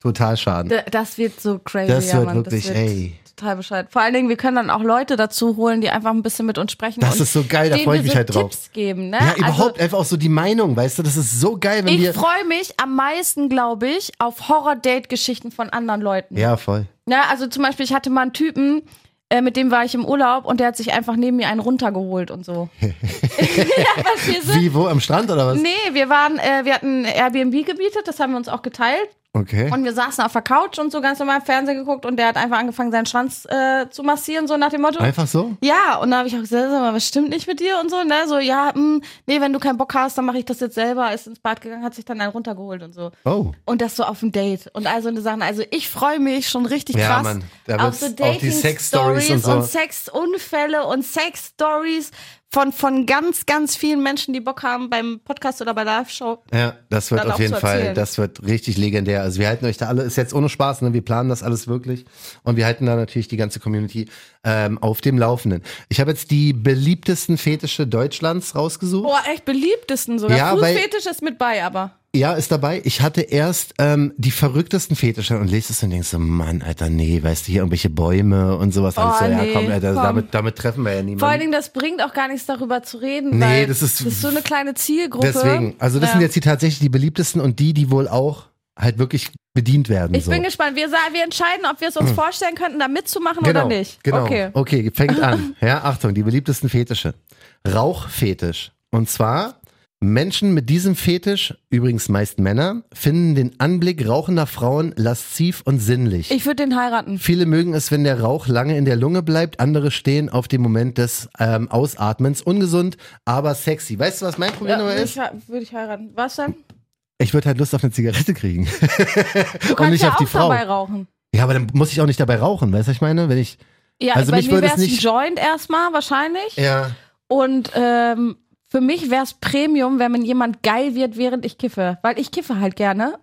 [SPEAKER 3] total Schaden.
[SPEAKER 2] D- Das wird so crazy,
[SPEAKER 3] Das
[SPEAKER 2] ja,
[SPEAKER 3] wird
[SPEAKER 2] Mann.
[SPEAKER 3] wirklich,
[SPEAKER 2] das wird
[SPEAKER 3] ey.
[SPEAKER 2] total Bescheid. Vor allen Dingen, wir können dann auch Leute dazu holen, die einfach ein bisschen mit uns sprechen.
[SPEAKER 3] Das
[SPEAKER 2] und
[SPEAKER 3] ist so geil, da
[SPEAKER 2] denen
[SPEAKER 3] freu ich
[SPEAKER 2] wir
[SPEAKER 3] mich
[SPEAKER 2] so
[SPEAKER 3] halt drauf.
[SPEAKER 2] Tipps geben, ne?
[SPEAKER 3] Ja, überhaupt
[SPEAKER 2] Also,
[SPEAKER 3] einfach auch so die Meinung, weißt du, das ist so geil, wenn
[SPEAKER 2] ich
[SPEAKER 3] wir...
[SPEAKER 2] freue mich am meisten, glaube ich, auf Horror-Date-Geschichten von anderen Leuten.
[SPEAKER 3] Ja, voll.
[SPEAKER 2] Na, also zum Beispiel, ich hatte mal einen Typen, äh, mit dem war ich im Urlaub und der hat sich einfach neben mir einen runtergeholt und
[SPEAKER 3] [LAUGHS]
[SPEAKER 2] so. [LAUGHS] ja, verstehst du?
[SPEAKER 3] Wie, wo, am Strand oder was?
[SPEAKER 2] Nee, wir waren, äh, wir hatten Airbnb gebietet, das haben wir uns auch geteilt.
[SPEAKER 3] Okay.
[SPEAKER 2] Und wir saßen auf der Couch und so ganz normal Fernsehen geguckt und der hat einfach angefangen, seinen Schwanz äh, zu massieren, so nach dem Motto.
[SPEAKER 3] Einfach so?
[SPEAKER 2] Ja, und da habe ich auch gesagt, sag mal, was stimmt nicht mit dir und so, ne? So, ja, mh, nee, wenn du keinen Bock hast, dann mache ich das jetzt selber. Ist ins Bad gegangen, hat sich dann einen runtergeholt und so.
[SPEAKER 3] Oh.
[SPEAKER 2] Und das so auf dem Date und all so eine Sachen. Also ich freue mich schon richtig
[SPEAKER 3] Ja,
[SPEAKER 2] krass
[SPEAKER 3] Mann, da
[SPEAKER 2] auf
[SPEAKER 3] wird's-
[SPEAKER 2] so
[SPEAKER 3] auch die Sex-Stories
[SPEAKER 2] Dating-Stories
[SPEAKER 3] und
[SPEAKER 2] und,
[SPEAKER 3] so.
[SPEAKER 2] Sexunfälle und Sex-Stories von, von ganz, ganz vielen Menschen, die Bock haben beim Podcast oder bei der Live-Show.
[SPEAKER 3] Ja, das wird
[SPEAKER 2] Dann
[SPEAKER 3] auf
[SPEAKER 2] auch
[SPEAKER 3] jeden
[SPEAKER 2] zu
[SPEAKER 3] Fall,
[SPEAKER 2] erzählen.
[SPEAKER 3] das wird richtig legendär. Also wir halten euch da alle, ist jetzt ohne Spaß, ne? wir planen das alles wirklich und wir halten da natürlich die ganze Community ähm, auf dem Laufenden. Ich habe jetzt die beliebtesten Fetische Deutschlands rausgesucht.
[SPEAKER 2] Boah, echt beliebtesten sogar.
[SPEAKER 3] Ja, weil-
[SPEAKER 2] Fußfetisch ist mit bei, aber.
[SPEAKER 3] Ja, ist dabei. Ich hatte erst ähm, die verrücktesten Fetische und lese es und denkst so, Mann, Alter, nee, weißt du, hier irgendwelche Bäume und sowas.
[SPEAKER 2] Oh,
[SPEAKER 3] Und ich so, ja,
[SPEAKER 2] nee,
[SPEAKER 3] komm, Alter,
[SPEAKER 2] komm.
[SPEAKER 3] Damit, damit treffen wir ja
[SPEAKER 2] Vor allen
[SPEAKER 3] niemanden.
[SPEAKER 2] Dingen, das bringt auch gar nichts darüber zu reden,
[SPEAKER 3] Nee,
[SPEAKER 2] weil
[SPEAKER 3] das ist-
[SPEAKER 2] so eine kleine Zielgruppe.
[SPEAKER 3] Deswegen, also das
[SPEAKER 2] Ja.
[SPEAKER 3] sind jetzt die tatsächlich die beliebtesten und die, die wohl auch halt wirklich bedient werden.
[SPEAKER 2] Ich
[SPEAKER 3] so. Hm.
[SPEAKER 2] bin gespannt. Wir, sa- wir entscheiden, ob wir es uns vorstellen könnten, da mitzumachen
[SPEAKER 3] genau,
[SPEAKER 2] oder nicht.
[SPEAKER 3] Genau.
[SPEAKER 2] Okay.
[SPEAKER 3] fängt an. [LAUGHS] Ja, Achtung, die beliebtesten Fetische. Rauchfetisch. Und zwar, Menschen mit diesem Fetisch, übrigens meist Männer, finden den Anblick rauchender Frauen lasziv und sinnlich.
[SPEAKER 2] Ich würde den heiraten.
[SPEAKER 3] Viele mögen es, wenn der Rauch lange in der Lunge bleibt, andere stehen auf dem Moment des ähm, Ausatmens. Ungesund, aber sexy. Weißt du, was mein Problem dabei ist?
[SPEAKER 2] würde ich heiraten. Was denn?
[SPEAKER 3] Ich würde halt Lust auf eine Zigarette kriegen. [LAUGHS]
[SPEAKER 2] Du
[SPEAKER 3] Und
[SPEAKER 2] kannst
[SPEAKER 3] nicht
[SPEAKER 2] ja
[SPEAKER 3] auf
[SPEAKER 2] auch
[SPEAKER 3] die Frau.
[SPEAKER 2] dabei rauchen.
[SPEAKER 3] Ja, aber dann muss ich auch nicht dabei rauchen, weißt du, was ich meine? Wenn ich.
[SPEAKER 2] Ja,
[SPEAKER 3] Also
[SPEAKER 2] bei
[SPEAKER 3] mich
[SPEAKER 2] mir
[SPEAKER 3] würde es
[SPEAKER 2] wäre es ein
[SPEAKER 3] nicht-
[SPEAKER 2] Joint erstmal wahrscheinlich.
[SPEAKER 3] Ja.
[SPEAKER 2] Und ähm, für mich wäre es Premium, wenn man jemand geil wird, während ich kiffe. Weil ich kiffe halt gerne.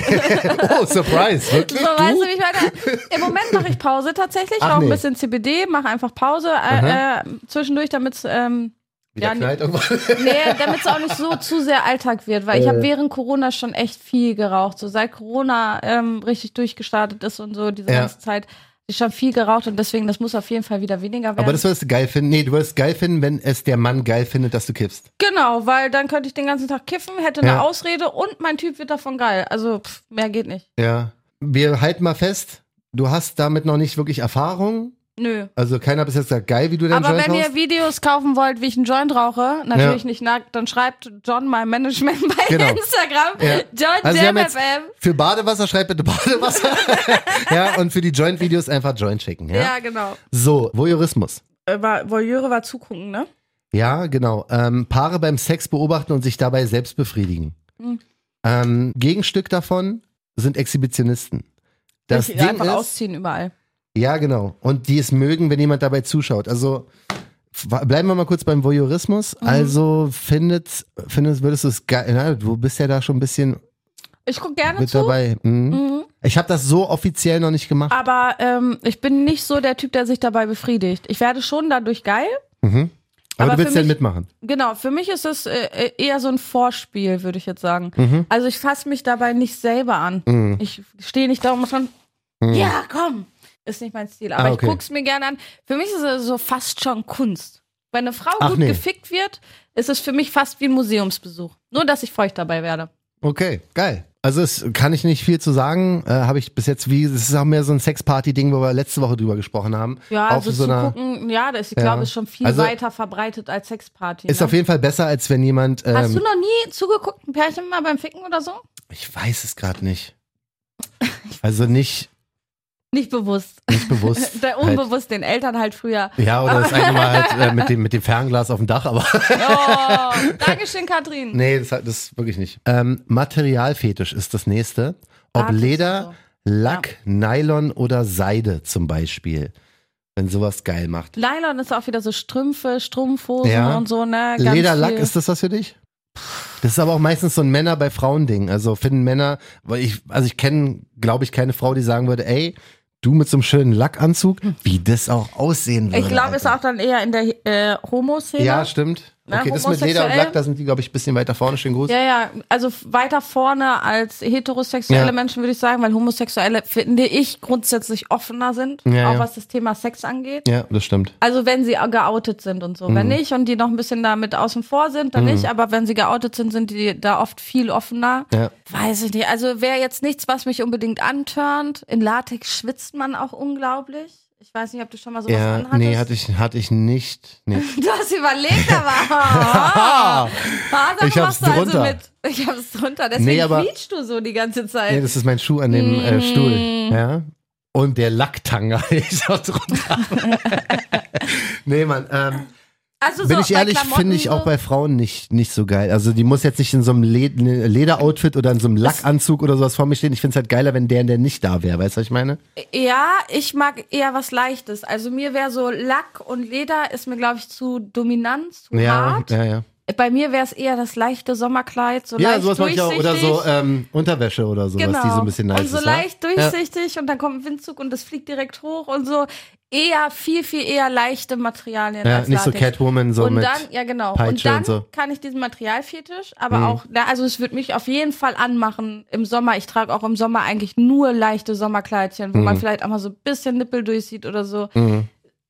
[SPEAKER 3] Oh, Surprise, wirklich?
[SPEAKER 2] So,
[SPEAKER 3] du?
[SPEAKER 2] weißt du, wie ich meine? Im Moment mache ich Pause tatsächlich,
[SPEAKER 3] Ach,
[SPEAKER 2] auch
[SPEAKER 3] nee.
[SPEAKER 2] ein bisschen CBD, mache einfach Pause äh, äh, zwischendurch, damit es ähm,
[SPEAKER 3] Wieder
[SPEAKER 2] Ja, nee.
[SPEAKER 3] [LAUGHS] knallt irgendwas.
[SPEAKER 2] nee, damit's auch nicht so zu sehr Alltag wird, weil ich
[SPEAKER 3] Äh.
[SPEAKER 2] habe während Corona schon echt viel geraucht. So seit Corona ähm, richtig durchgestartet ist und so diese
[SPEAKER 3] Ja.
[SPEAKER 2] ganze Zeit hab ich schon viel geraucht und deswegen, das muss auf jeden Fall wieder weniger werden.
[SPEAKER 3] Aber das würdest du geil finden. Nee, du würdest geil finden, wenn es der Mann geil findet, dass du kippst.
[SPEAKER 2] genau, weil dann könnte ich den ganzen Tag kiffen, hätte
[SPEAKER 3] Ja.
[SPEAKER 2] eine Ausrede und mein Typ wird davon geil. Also pff, mehr geht nicht.
[SPEAKER 3] Ja. Wir halten mal fest, du hast damit noch nicht wirklich Erfahrung.
[SPEAKER 2] Nö.
[SPEAKER 3] Also keiner bis jetzt sagt, geil, wie du dein
[SPEAKER 2] Aber
[SPEAKER 3] Joint
[SPEAKER 2] wenn ihr
[SPEAKER 3] haust.
[SPEAKER 2] Videos kaufen wollt, wie ich einen Joint rauche, natürlich nicht nackt, dann schreibt John mein Management [LAUGHS] bei
[SPEAKER 3] Genau.
[SPEAKER 2] Instagram.
[SPEAKER 3] Ja.
[SPEAKER 2] John
[SPEAKER 3] Also wir haben jetzt
[SPEAKER 2] JamFM.
[SPEAKER 3] für Badewasser schreibt bitte Badewasser.
[SPEAKER 2] [LAUGHS]
[SPEAKER 3] ja, und für die Joint-Videos einfach Joint schicken. Ja?
[SPEAKER 2] Ja, genau.
[SPEAKER 3] So, Voyeurismus.
[SPEAKER 2] Äh, war, Voyeure war zugucken, ne?
[SPEAKER 3] Ja, genau. Ähm, Paare beim Sex beobachten und sich dabei selbst befriedigen.
[SPEAKER 2] Hm.
[SPEAKER 3] Ähm, Gegenstück davon sind Exhibitionisten. Das
[SPEAKER 2] Sich
[SPEAKER 3] Ding
[SPEAKER 2] einfach
[SPEAKER 3] ist,
[SPEAKER 2] ausziehen überall.
[SPEAKER 3] Ja, genau. Und die es mögen, wenn jemand dabei zuschaut. Also f- bleiben wir mal kurz beim Voyeurismus.
[SPEAKER 2] Mhm.
[SPEAKER 3] Also findet, findest, würdest du es geil, na, du bist ja da schon ein bisschen
[SPEAKER 2] Ich gucke gerne
[SPEAKER 3] mit
[SPEAKER 2] zu,
[SPEAKER 3] dabei. Mhm. Ich habe das so offiziell noch nicht gemacht.
[SPEAKER 2] aber ähm, ich bin nicht so der Typ, der sich dabei befriedigt. Ich werde schon dadurch geil.
[SPEAKER 3] Aber,
[SPEAKER 2] aber
[SPEAKER 3] du willst
[SPEAKER 2] für
[SPEAKER 3] ja
[SPEAKER 2] mich-
[SPEAKER 3] mitmachen.
[SPEAKER 2] Genau, für mich ist es äh, eher so ein Vorspiel, würde ich jetzt sagen.
[SPEAKER 3] Mhm.
[SPEAKER 2] Also ich fasse mich dabei nicht selber an. Ich stehe nicht da und muss man, ja, komm. Ist nicht mein Stil, aber
[SPEAKER 3] Mhm. Ah, okay.
[SPEAKER 2] ich guck's mir gerne an. Für mich ist es so fast schon Kunst. Wenn eine Frau
[SPEAKER 3] Ach,
[SPEAKER 2] gut
[SPEAKER 3] nee.
[SPEAKER 2] gefickt wird, ist es für mich fast wie ein Museumsbesuch. Nur, dass ich feucht dabei werde.
[SPEAKER 3] Okay, geil. Also es kann ich nicht viel zu sagen. Äh, habe ich bis jetzt, wie, es ist auch mehr so ein Sexparty-Ding, wo wir letzte Woche drüber gesprochen haben.
[SPEAKER 2] Ja,
[SPEAKER 3] Auf
[SPEAKER 2] also
[SPEAKER 3] so
[SPEAKER 2] zu
[SPEAKER 3] einer-
[SPEAKER 2] gucken, ja, das, ich
[SPEAKER 3] Ja.
[SPEAKER 2] glaube, ist schon viel
[SPEAKER 3] Also-
[SPEAKER 2] weiter verbreitet als Sexparty.
[SPEAKER 3] Ist
[SPEAKER 2] ne?
[SPEAKER 3] auf jeden Fall besser, als wenn jemand. Ähm,
[SPEAKER 2] Hast du noch nie zugeguckt, ein Pärchen mal beim Ficken oder so?
[SPEAKER 3] ich weiß es gerade nicht. Also nicht,
[SPEAKER 2] Nicht bewusst.
[SPEAKER 3] nicht
[SPEAKER 2] [LAUGHS]
[SPEAKER 3] bewusst.
[SPEAKER 2] Der
[SPEAKER 3] halt.
[SPEAKER 2] unbewusst den Eltern halt früher.
[SPEAKER 3] Ja, oder das eine Mal halt äh, mit, dem, mit dem Fernglas auf dem Dach, aber [LAUGHS]
[SPEAKER 2] [LAUGHS] Oh, Dankeschön, Katrin.
[SPEAKER 3] nee, das, hat- das wirklich nicht. Ähm, Materialfetisch ist das nächste. Ob
[SPEAKER 2] Ah, das ist
[SPEAKER 3] Leder, Lack, Nylon oder Seide zum Beispiel. Wenn sowas geil macht.
[SPEAKER 2] Nylon ist auch wieder so Strümpfe, Strumpfhosen
[SPEAKER 3] Ja.
[SPEAKER 2] und so, ne? Ganz
[SPEAKER 3] Lederlack,
[SPEAKER 2] viel.
[SPEAKER 3] ist das was für dich? Das ist aber auch meistens so ein Männer bei Frauen-Ding. Also finden Männer, weil ich, also ich kenne, glaube ich, keine Frau, die sagen würde, ey, du mit so einem schönen Lackanzug, wie das auch aussehen würde.
[SPEAKER 2] Hm. Ich glaube, ist
[SPEAKER 3] Alter.
[SPEAKER 2] auch dann eher in der äh, Homo-Szene.
[SPEAKER 3] Ja, stimmt.
[SPEAKER 2] Na,
[SPEAKER 3] okay, das mit Leder und
[SPEAKER 2] homosexuell?
[SPEAKER 3] Lack, da sind die, glaube ich, ein bisschen weiter vorne. Schönen Gruß.
[SPEAKER 2] Ja, ja, also f- weiter vorne als heterosexuelle
[SPEAKER 3] Ja.
[SPEAKER 2] Menschen würde ich sagen, weil Homosexuelle, finde ich, grundsätzlich offener sind,
[SPEAKER 3] Ja,
[SPEAKER 2] auch
[SPEAKER 3] ja.
[SPEAKER 2] was das Thema Sex angeht.
[SPEAKER 3] Ja, das stimmt.
[SPEAKER 2] Also wenn sie geoutet sind und so. Wenn
[SPEAKER 3] Mhm.
[SPEAKER 2] nicht und die noch ein bisschen damit außen vor sind, dann nicht. Aber wenn sie geoutet sind, sind die da oft viel offener.
[SPEAKER 3] Ja.
[SPEAKER 2] Weiß ich nicht. Also wäre jetzt nichts, was mich unbedingt antörnt. In Latex schwitzt man auch unglaublich. Ich weiß nicht, ob du schon mal sowas
[SPEAKER 3] Ja,
[SPEAKER 2] anhattest.
[SPEAKER 3] nee, hatte ich, hatte ich nicht. Nee.
[SPEAKER 2] Du hast überlegt,
[SPEAKER 3] [LAUGHS]
[SPEAKER 2] aber. Ah, da
[SPEAKER 3] Ich hab's
[SPEAKER 2] machst du also
[SPEAKER 3] drunter.
[SPEAKER 2] mit. Ich hab's drunter. Deswegen
[SPEAKER 3] Nee, aber-
[SPEAKER 2] quietschst du so die ganze Zeit.
[SPEAKER 3] Nee, das ist mein Schuh an dem
[SPEAKER 2] Mm.
[SPEAKER 3] äh, Stuhl. Ja? Und der Lacktanger, [LAUGHS] den ich da drunter habe.
[SPEAKER 2] [LAUGHS]
[SPEAKER 3] nee, Mann. Ähm,
[SPEAKER 2] also
[SPEAKER 3] bin
[SPEAKER 2] so,
[SPEAKER 3] ich
[SPEAKER 2] bei
[SPEAKER 3] ehrlich,
[SPEAKER 2] Klamotten
[SPEAKER 3] finde ich auch
[SPEAKER 2] so-
[SPEAKER 3] bei Frauen nicht, nicht so geil. Also die muss jetzt nicht in so einem Le Lederoutfit oder in so einem Lackanzug oder sowas vor mir stehen. Ich finde es halt geiler, wenn der, der nicht da wäre. Weißt du, was ich meine?
[SPEAKER 2] Ja, ich mag eher was Leichtes. Also mir wäre so Lack und Leder ist mir, glaube ich, zu dominant, zu
[SPEAKER 3] Ja,
[SPEAKER 2] hart.
[SPEAKER 3] ja, ja.
[SPEAKER 2] Bei mir wäre es eher das leichte Sommerkleid, so
[SPEAKER 3] Ja,
[SPEAKER 2] leicht
[SPEAKER 3] sowas mache ich auch.
[SPEAKER 2] durchsichtig.
[SPEAKER 3] Oder so ähm, Unterwäsche oder sowas,
[SPEAKER 2] genau.
[SPEAKER 3] die so ein bisschen nice
[SPEAKER 2] Und so
[SPEAKER 3] ist. ne? wa?
[SPEAKER 2] leicht durchsichtig und dann kommt ein Windzug und das fliegt direkt hoch und so. Eher, viel, viel eher leichte Materialien.
[SPEAKER 3] Ja, ja
[SPEAKER 2] als
[SPEAKER 3] nicht so
[SPEAKER 2] Latex.
[SPEAKER 3] Catwoman, so
[SPEAKER 2] und
[SPEAKER 3] mit.
[SPEAKER 2] dann, ja genau, und
[SPEAKER 3] Peitsche
[SPEAKER 2] dann
[SPEAKER 3] und so. Mhm.
[SPEAKER 2] kann ich diesen Materialfetisch, aber auch, na, also es wird mich auf jeden Fall anmachen im Sommer. Ich trage auch im Sommer eigentlich nur leichte Sommerkleidchen, wo man
[SPEAKER 3] Mhm.
[SPEAKER 2] vielleicht auch mal so ein bisschen Nippel durchsieht oder so.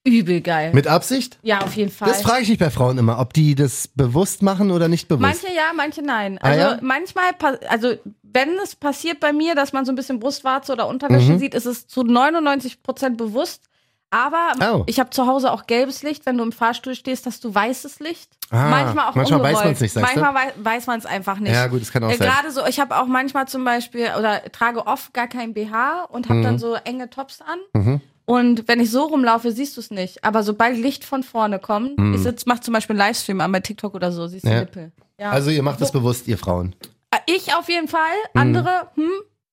[SPEAKER 2] Übel geil.
[SPEAKER 3] mit Absicht?
[SPEAKER 2] ja, auf jeden Fall.
[SPEAKER 3] Das frage ich mich bei Frauen immer, ob die das bewusst machen oder nicht bewusst.
[SPEAKER 2] Manche ja, manche nein.
[SPEAKER 3] Ah,
[SPEAKER 2] Also
[SPEAKER 3] ja?
[SPEAKER 2] manchmal, pa- also wenn es passiert bei mir, dass man so ein bisschen Brustwarze oder
[SPEAKER 3] Mhm.
[SPEAKER 2] Unterwäsche sieht, ist es zu 99 Prozent bewusst. Aber
[SPEAKER 3] Oh.
[SPEAKER 2] ich habe zu Hause auch gelbes Licht. Wenn du im Fahrstuhl stehst, hast du weißes Licht.
[SPEAKER 3] Ah,
[SPEAKER 2] manchmal auch
[SPEAKER 3] manchmal weiß
[SPEAKER 2] umgerollt.
[SPEAKER 3] man's nicht, sagst du?
[SPEAKER 2] Manchmal wei weiß man es einfach nicht.
[SPEAKER 3] Ja, gut, das kann auch
[SPEAKER 2] Äh,
[SPEAKER 3] sein.
[SPEAKER 2] Gerade so, ich habe auch manchmal zum Beispiel oder trage oft gar kein BH und habe
[SPEAKER 3] Mhm.
[SPEAKER 2] dann so enge Tops an. Und wenn ich so rumlaufe, siehst du es nicht. Aber sobald Licht von vorne kommt, ich sitz, mach zum Beispiel einen Livestream an bei TikTok oder so, siehst du
[SPEAKER 3] Hm. Ja.
[SPEAKER 2] Nippel. Ja. äh,
[SPEAKER 3] Also ihr macht das bewusst, ihr Frauen.
[SPEAKER 2] ich auf jeden Fall, andere, hm,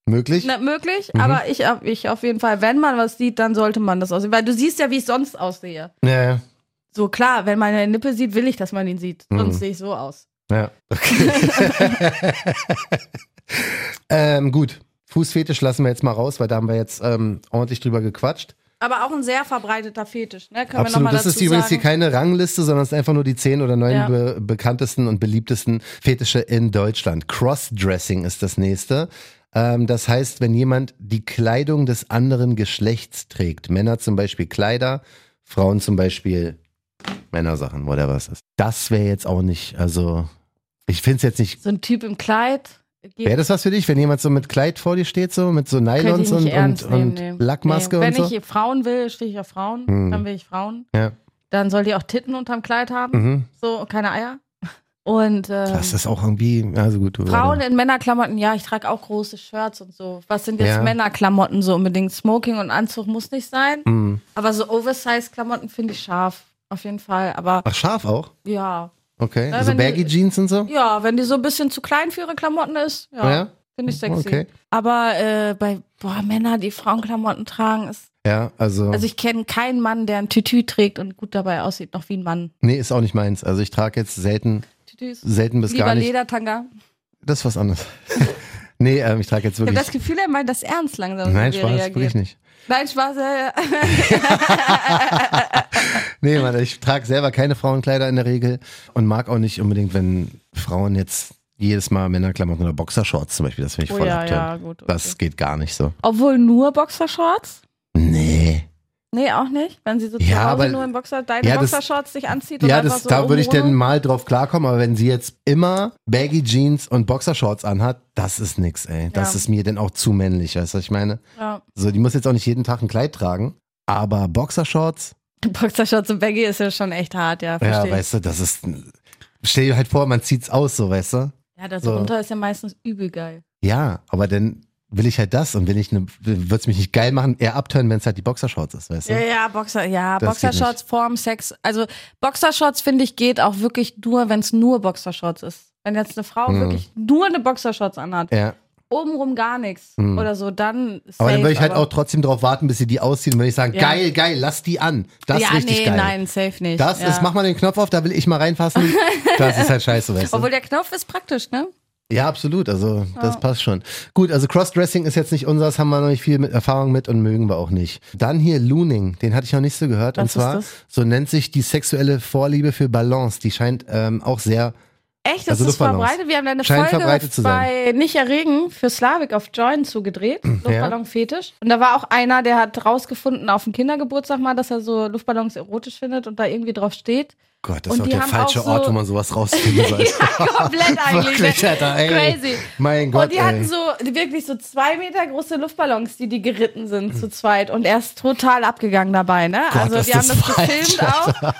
[SPEAKER 3] Möglich?
[SPEAKER 2] na, möglich,
[SPEAKER 3] Mhm.
[SPEAKER 2] aber ich, auf- ich auf jeden Fall, wenn man was sieht, dann sollte man das aussehen. Weil du siehst ja, wie ich sonst aussehe.
[SPEAKER 3] Ja, ja.
[SPEAKER 2] So klar, wenn man eine Nippel sieht, will ich, dass man ihn sieht.
[SPEAKER 3] Hm.
[SPEAKER 2] Sonst sehe ich so aus.
[SPEAKER 3] ja. Okay.
[SPEAKER 2] [LAUGHS]
[SPEAKER 3] [LAUGHS] ähm, gut. Fußfetisch lassen wir jetzt mal raus, weil da haben wir jetzt ähm, ordentlich drüber gequatscht.
[SPEAKER 2] Aber auch ein sehr verbreiteter Fetisch, ne? Können wir
[SPEAKER 3] Absolut.
[SPEAKER 2] nochmal
[SPEAKER 3] Das
[SPEAKER 2] dazu
[SPEAKER 3] ist übrigens hier
[SPEAKER 2] sagen.
[SPEAKER 3] keine Rangliste, sondern es sind einfach nur die zehn oder neun
[SPEAKER 2] Ja.
[SPEAKER 3] be bekanntesten und beliebtesten Fetische in Deutschland. Crossdressing ist das nächste. Ähm, das heißt, wenn jemand die Kleidung des anderen Geschlechts trägt. Männer zum Beispiel Kleider, Frauen zum Beispiel Männersachen, whatever es ist. Das wäre jetzt auch nicht, also ich finde es jetzt nicht.
[SPEAKER 2] so ein Typ im Kleid. geht-
[SPEAKER 3] Wäre das was für dich, wenn jemand so mit Kleid vor dir steht, so mit so
[SPEAKER 2] könnte ich
[SPEAKER 3] Nylons
[SPEAKER 2] nicht
[SPEAKER 3] und, und,
[SPEAKER 2] ernst
[SPEAKER 3] und
[SPEAKER 2] nehmen, nee.
[SPEAKER 3] Lackmaske
[SPEAKER 2] Nee.
[SPEAKER 3] und
[SPEAKER 2] Wenn
[SPEAKER 3] so?
[SPEAKER 2] ich Frauen will, stehe ich auf Frauen.
[SPEAKER 3] Hm.
[SPEAKER 2] Dann will ich Frauen.
[SPEAKER 3] Ja.
[SPEAKER 2] Dann soll die auch Titten unterm Kleid haben.
[SPEAKER 3] Mhm.
[SPEAKER 2] So, keine Eier. Und ähm,
[SPEAKER 3] Das ist auch irgendwie, also gut. du-
[SPEAKER 2] Frauen in Männerklamotten, ja, ich trage auch große Shirts und so. Was sind jetzt
[SPEAKER 3] Ja.
[SPEAKER 2] Männerklamotten so unbedingt? Smoking und Anzug muss nicht sein.
[SPEAKER 3] Mhm.
[SPEAKER 2] Aber so Oversize-Klamotten finde ich scharf. Auf jeden Fall. Aber
[SPEAKER 3] Ach, scharf auch?
[SPEAKER 2] ja.
[SPEAKER 3] Okay,
[SPEAKER 2] Ja,
[SPEAKER 3] also
[SPEAKER 2] wenn die-
[SPEAKER 3] Baggy Jeans und so?
[SPEAKER 2] Ja, wenn die so ein bisschen zu klein für ihre Klamotten ist, ja.
[SPEAKER 3] Ja?
[SPEAKER 2] Finde ich sexy.
[SPEAKER 3] Okay.
[SPEAKER 2] Aber äh, bei boah, Männer, die Frauenklamotten tragen, ist
[SPEAKER 3] Ja, also,
[SPEAKER 2] Also ich kenne keinen Mann, der ein Tütü trägt und gut dabei aussieht, noch wie ein Mann.
[SPEAKER 3] nee, ist auch nicht meins. Also ich trage jetzt selten,
[SPEAKER 2] Tütüs.
[SPEAKER 3] selten bis
[SPEAKER 2] Lieber
[SPEAKER 3] gar nicht.
[SPEAKER 2] Ledertanga.
[SPEAKER 3] Das ist was anderes. [LAUGHS] nee, ähm, ich trage jetzt
[SPEAKER 2] Ich habe
[SPEAKER 3] wirklich.
[SPEAKER 2] das Gefühl, er meint das ernst langsam.
[SPEAKER 3] Nein,
[SPEAKER 2] wie
[SPEAKER 3] Spaß,
[SPEAKER 2] wir
[SPEAKER 3] wirklich
[SPEAKER 2] reagieren.
[SPEAKER 3] nicht.
[SPEAKER 2] Nein, Spaß. Äh,
[SPEAKER 3] Nee, Mann, ich trage selber keine Frauenkleider in der Regel und mag auch nicht unbedingt, wenn Frauen jetzt jedes Mal Männerklamotten oder Boxershorts zum Beispiel, das finde ich
[SPEAKER 2] oh
[SPEAKER 3] voll
[SPEAKER 2] ja,
[SPEAKER 3] abtören.
[SPEAKER 2] ja, gut. Okay.
[SPEAKER 3] Das geht gar nicht so.
[SPEAKER 2] Obwohl nur Boxershorts?
[SPEAKER 3] Nee.
[SPEAKER 2] Nee, auch nicht. Wenn sie so zu
[SPEAKER 3] Ja,
[SPEAKER 2] Hause
[SPEAKER 3] aber-
[SPEAKER 2] nur in Boxer, deine
[SPEAKER 3] ja, das-
[SPEAKER 2] Boxershorts sich anzieht und
[SPEAKER 3] Ja,
[SPEAKER 2] einfach
[SPEAKER 3] das,
[SPEAKER 2] so
[SPEAKER 3] da würde ich
[SPEAKER 2] rumrunde-
[SPEAKER 3] denn mal drauf klarkommen, aber wenn sie jetzt immer Baggy Jeans und Boxershorts anhat, das ist nix, ey. Das
[SPEAKER 2] Ja.
[SPEAKER 3] ist mir denn auch zu männlich, weißt du, was ich meine?
[SPEAKER 2] Ja. [LAUGHS]
[SPEAKER 3] So, die muss jetzt auch nicht jeden Tag ein Kleid tragen, aber Boxershorts,
[SPEAKER 2] Boxershorts und Baggy ist ja schon echt hart, ja,
[SPEAKER 3] ja,
[SPEAKER 2] verstehe. Ja,
[SPEAKER 3] weißt du, das ist. Stell dir halt vor, man zieht's aus, so, weißt du?
[SPEAKER 2] ja das
[SPEAKER 3] so.
[SPEAKER 2] runter ist ja meistens übel geil.
[SPEAKER 3] Ja, aber dann will ich halt das und will ich, ne, wird's mich nicht geil machen, eher abtören, wenn's halt die Boxershorts ist, weißt du?
[SPEAKER 2] Ja, ja, Boxer, ja,
[SPEAKER 3] Das geht
[SPEAKER 2] Boxershorts vorm Sex. Also Boxershorts finde ich geht auch wirklich nur, wenn es nur Boxershorts ist. Wenn jetzt eine Frau wirklich nur eine Boxershorts anhat,
[SPEAKER 3] Hm. Ja, Hm.
[SPEAKER 2] obenrum gar nichts oder so, dann safe,
[SPEAKER 3] aber dann würde ich halt auch trotzdem drauf warten, bis sie die ausziehen und würde ich sagen,
[SPEAKER 2] Ja.
[SPEAKER 3] geil, geil, lass die an. Das
[SPEAKER 2] ja,
[SPEAKER 3] ist richtig
[SPEAKER 2] nee,
[SPEAKER 3] geil.
[SPEAKER 2] nein, safe nicht.
[SPEAKER 3] Das
[SPEAKER 2] ja.
[SPEAKER 3] ist, mach mal den Knopf auf, da will ich
[SPEAKER 2] [LAUGHS]
[SPEAKER 3] mal reinfassen. Das ist halt scheiße, weißt du?
[SPEAKER 2] Obwohl der Knopf ist praktisch, ne?
[SPEAKER 3] Ja, absolut. Also, das passt schon. Gut, also Crossdressing ist jetzt nicht unseres, haben wir noch nicht viel mit Erfahrung mit und mögen wir auch nicht. Dann hier Looning, den hatte ich noch nicht so gehört. und
[SPEAKER 2] Was ist
[SPEAKER 3] zwar,
[SPEAKER 2] das?
[SPEAKER 3] so nennt sich die sexuelle Vorliebe für Balance. Die scheint ähm, auch sehr,
[SPEAKER 2] Echt, das
[SPEAKER 3] Also
[SPEAKER 2] ist
[SPEAKER 3] Luftballons.
[SPEAKER 2] verbreitet. Wir haben da eine
[SPEAKER 3] Scheint
[SPEAKER 2] Folge
[SPEAKER 3] verbreitet zu sein.
[SPEAKER 2] bei Nicht erregen für Slavik auf Join zugedreht, Luftballon-Fetisch. Und da war auch einer, der hat rausgefunden auf dem Kindergeburtstag mal, dass er so Luftballons erotisch findet und da irgendwie drauf steht.
[SPEAKER 3] Gott,
[SPEAKER 2] Und
[SPEAKER 3] das ist doch
[SPEAKER 2] die
[SPEAKER 3] der
[SPEAKER 2] haben
[SPEAKER 3] falsche
[SPEAKER 2] auch so-
[SPEAKER 3] Ort, wo man sowas
[SPEAKER 2] [LAUGHS]
[SPEAKER 3] rausfinden sollte. [LAUGHS]
[SPEAKER 2] Komplett eigentlich.
[SPEAKER 3] Wirklich,
[SPEAKER 2] ne?
[SPEAKER 3] Alter, ey.
[SPEAKER 2] Crazy.
[SPEAKER 3] Mein Gott,
[SPEAKER 2] und die
[SPEAKER 3] ey.
[SPEAKER 2] hatten so wirklich so zwei Meter große Luftballons, die die geritten sind zu zweit. Und er ist total abgegangen dabei, ne?
[SPEAKER 3] Gott,
[SPEAKER 2] also
[SPEAKER 3] ist
[SPEAKER 2] wir haben
[SPEAKER 3] das
[SPEAKER 2] das
[SPEAKER 3] falsch,
[SPEAKER 2] gefilmt auch.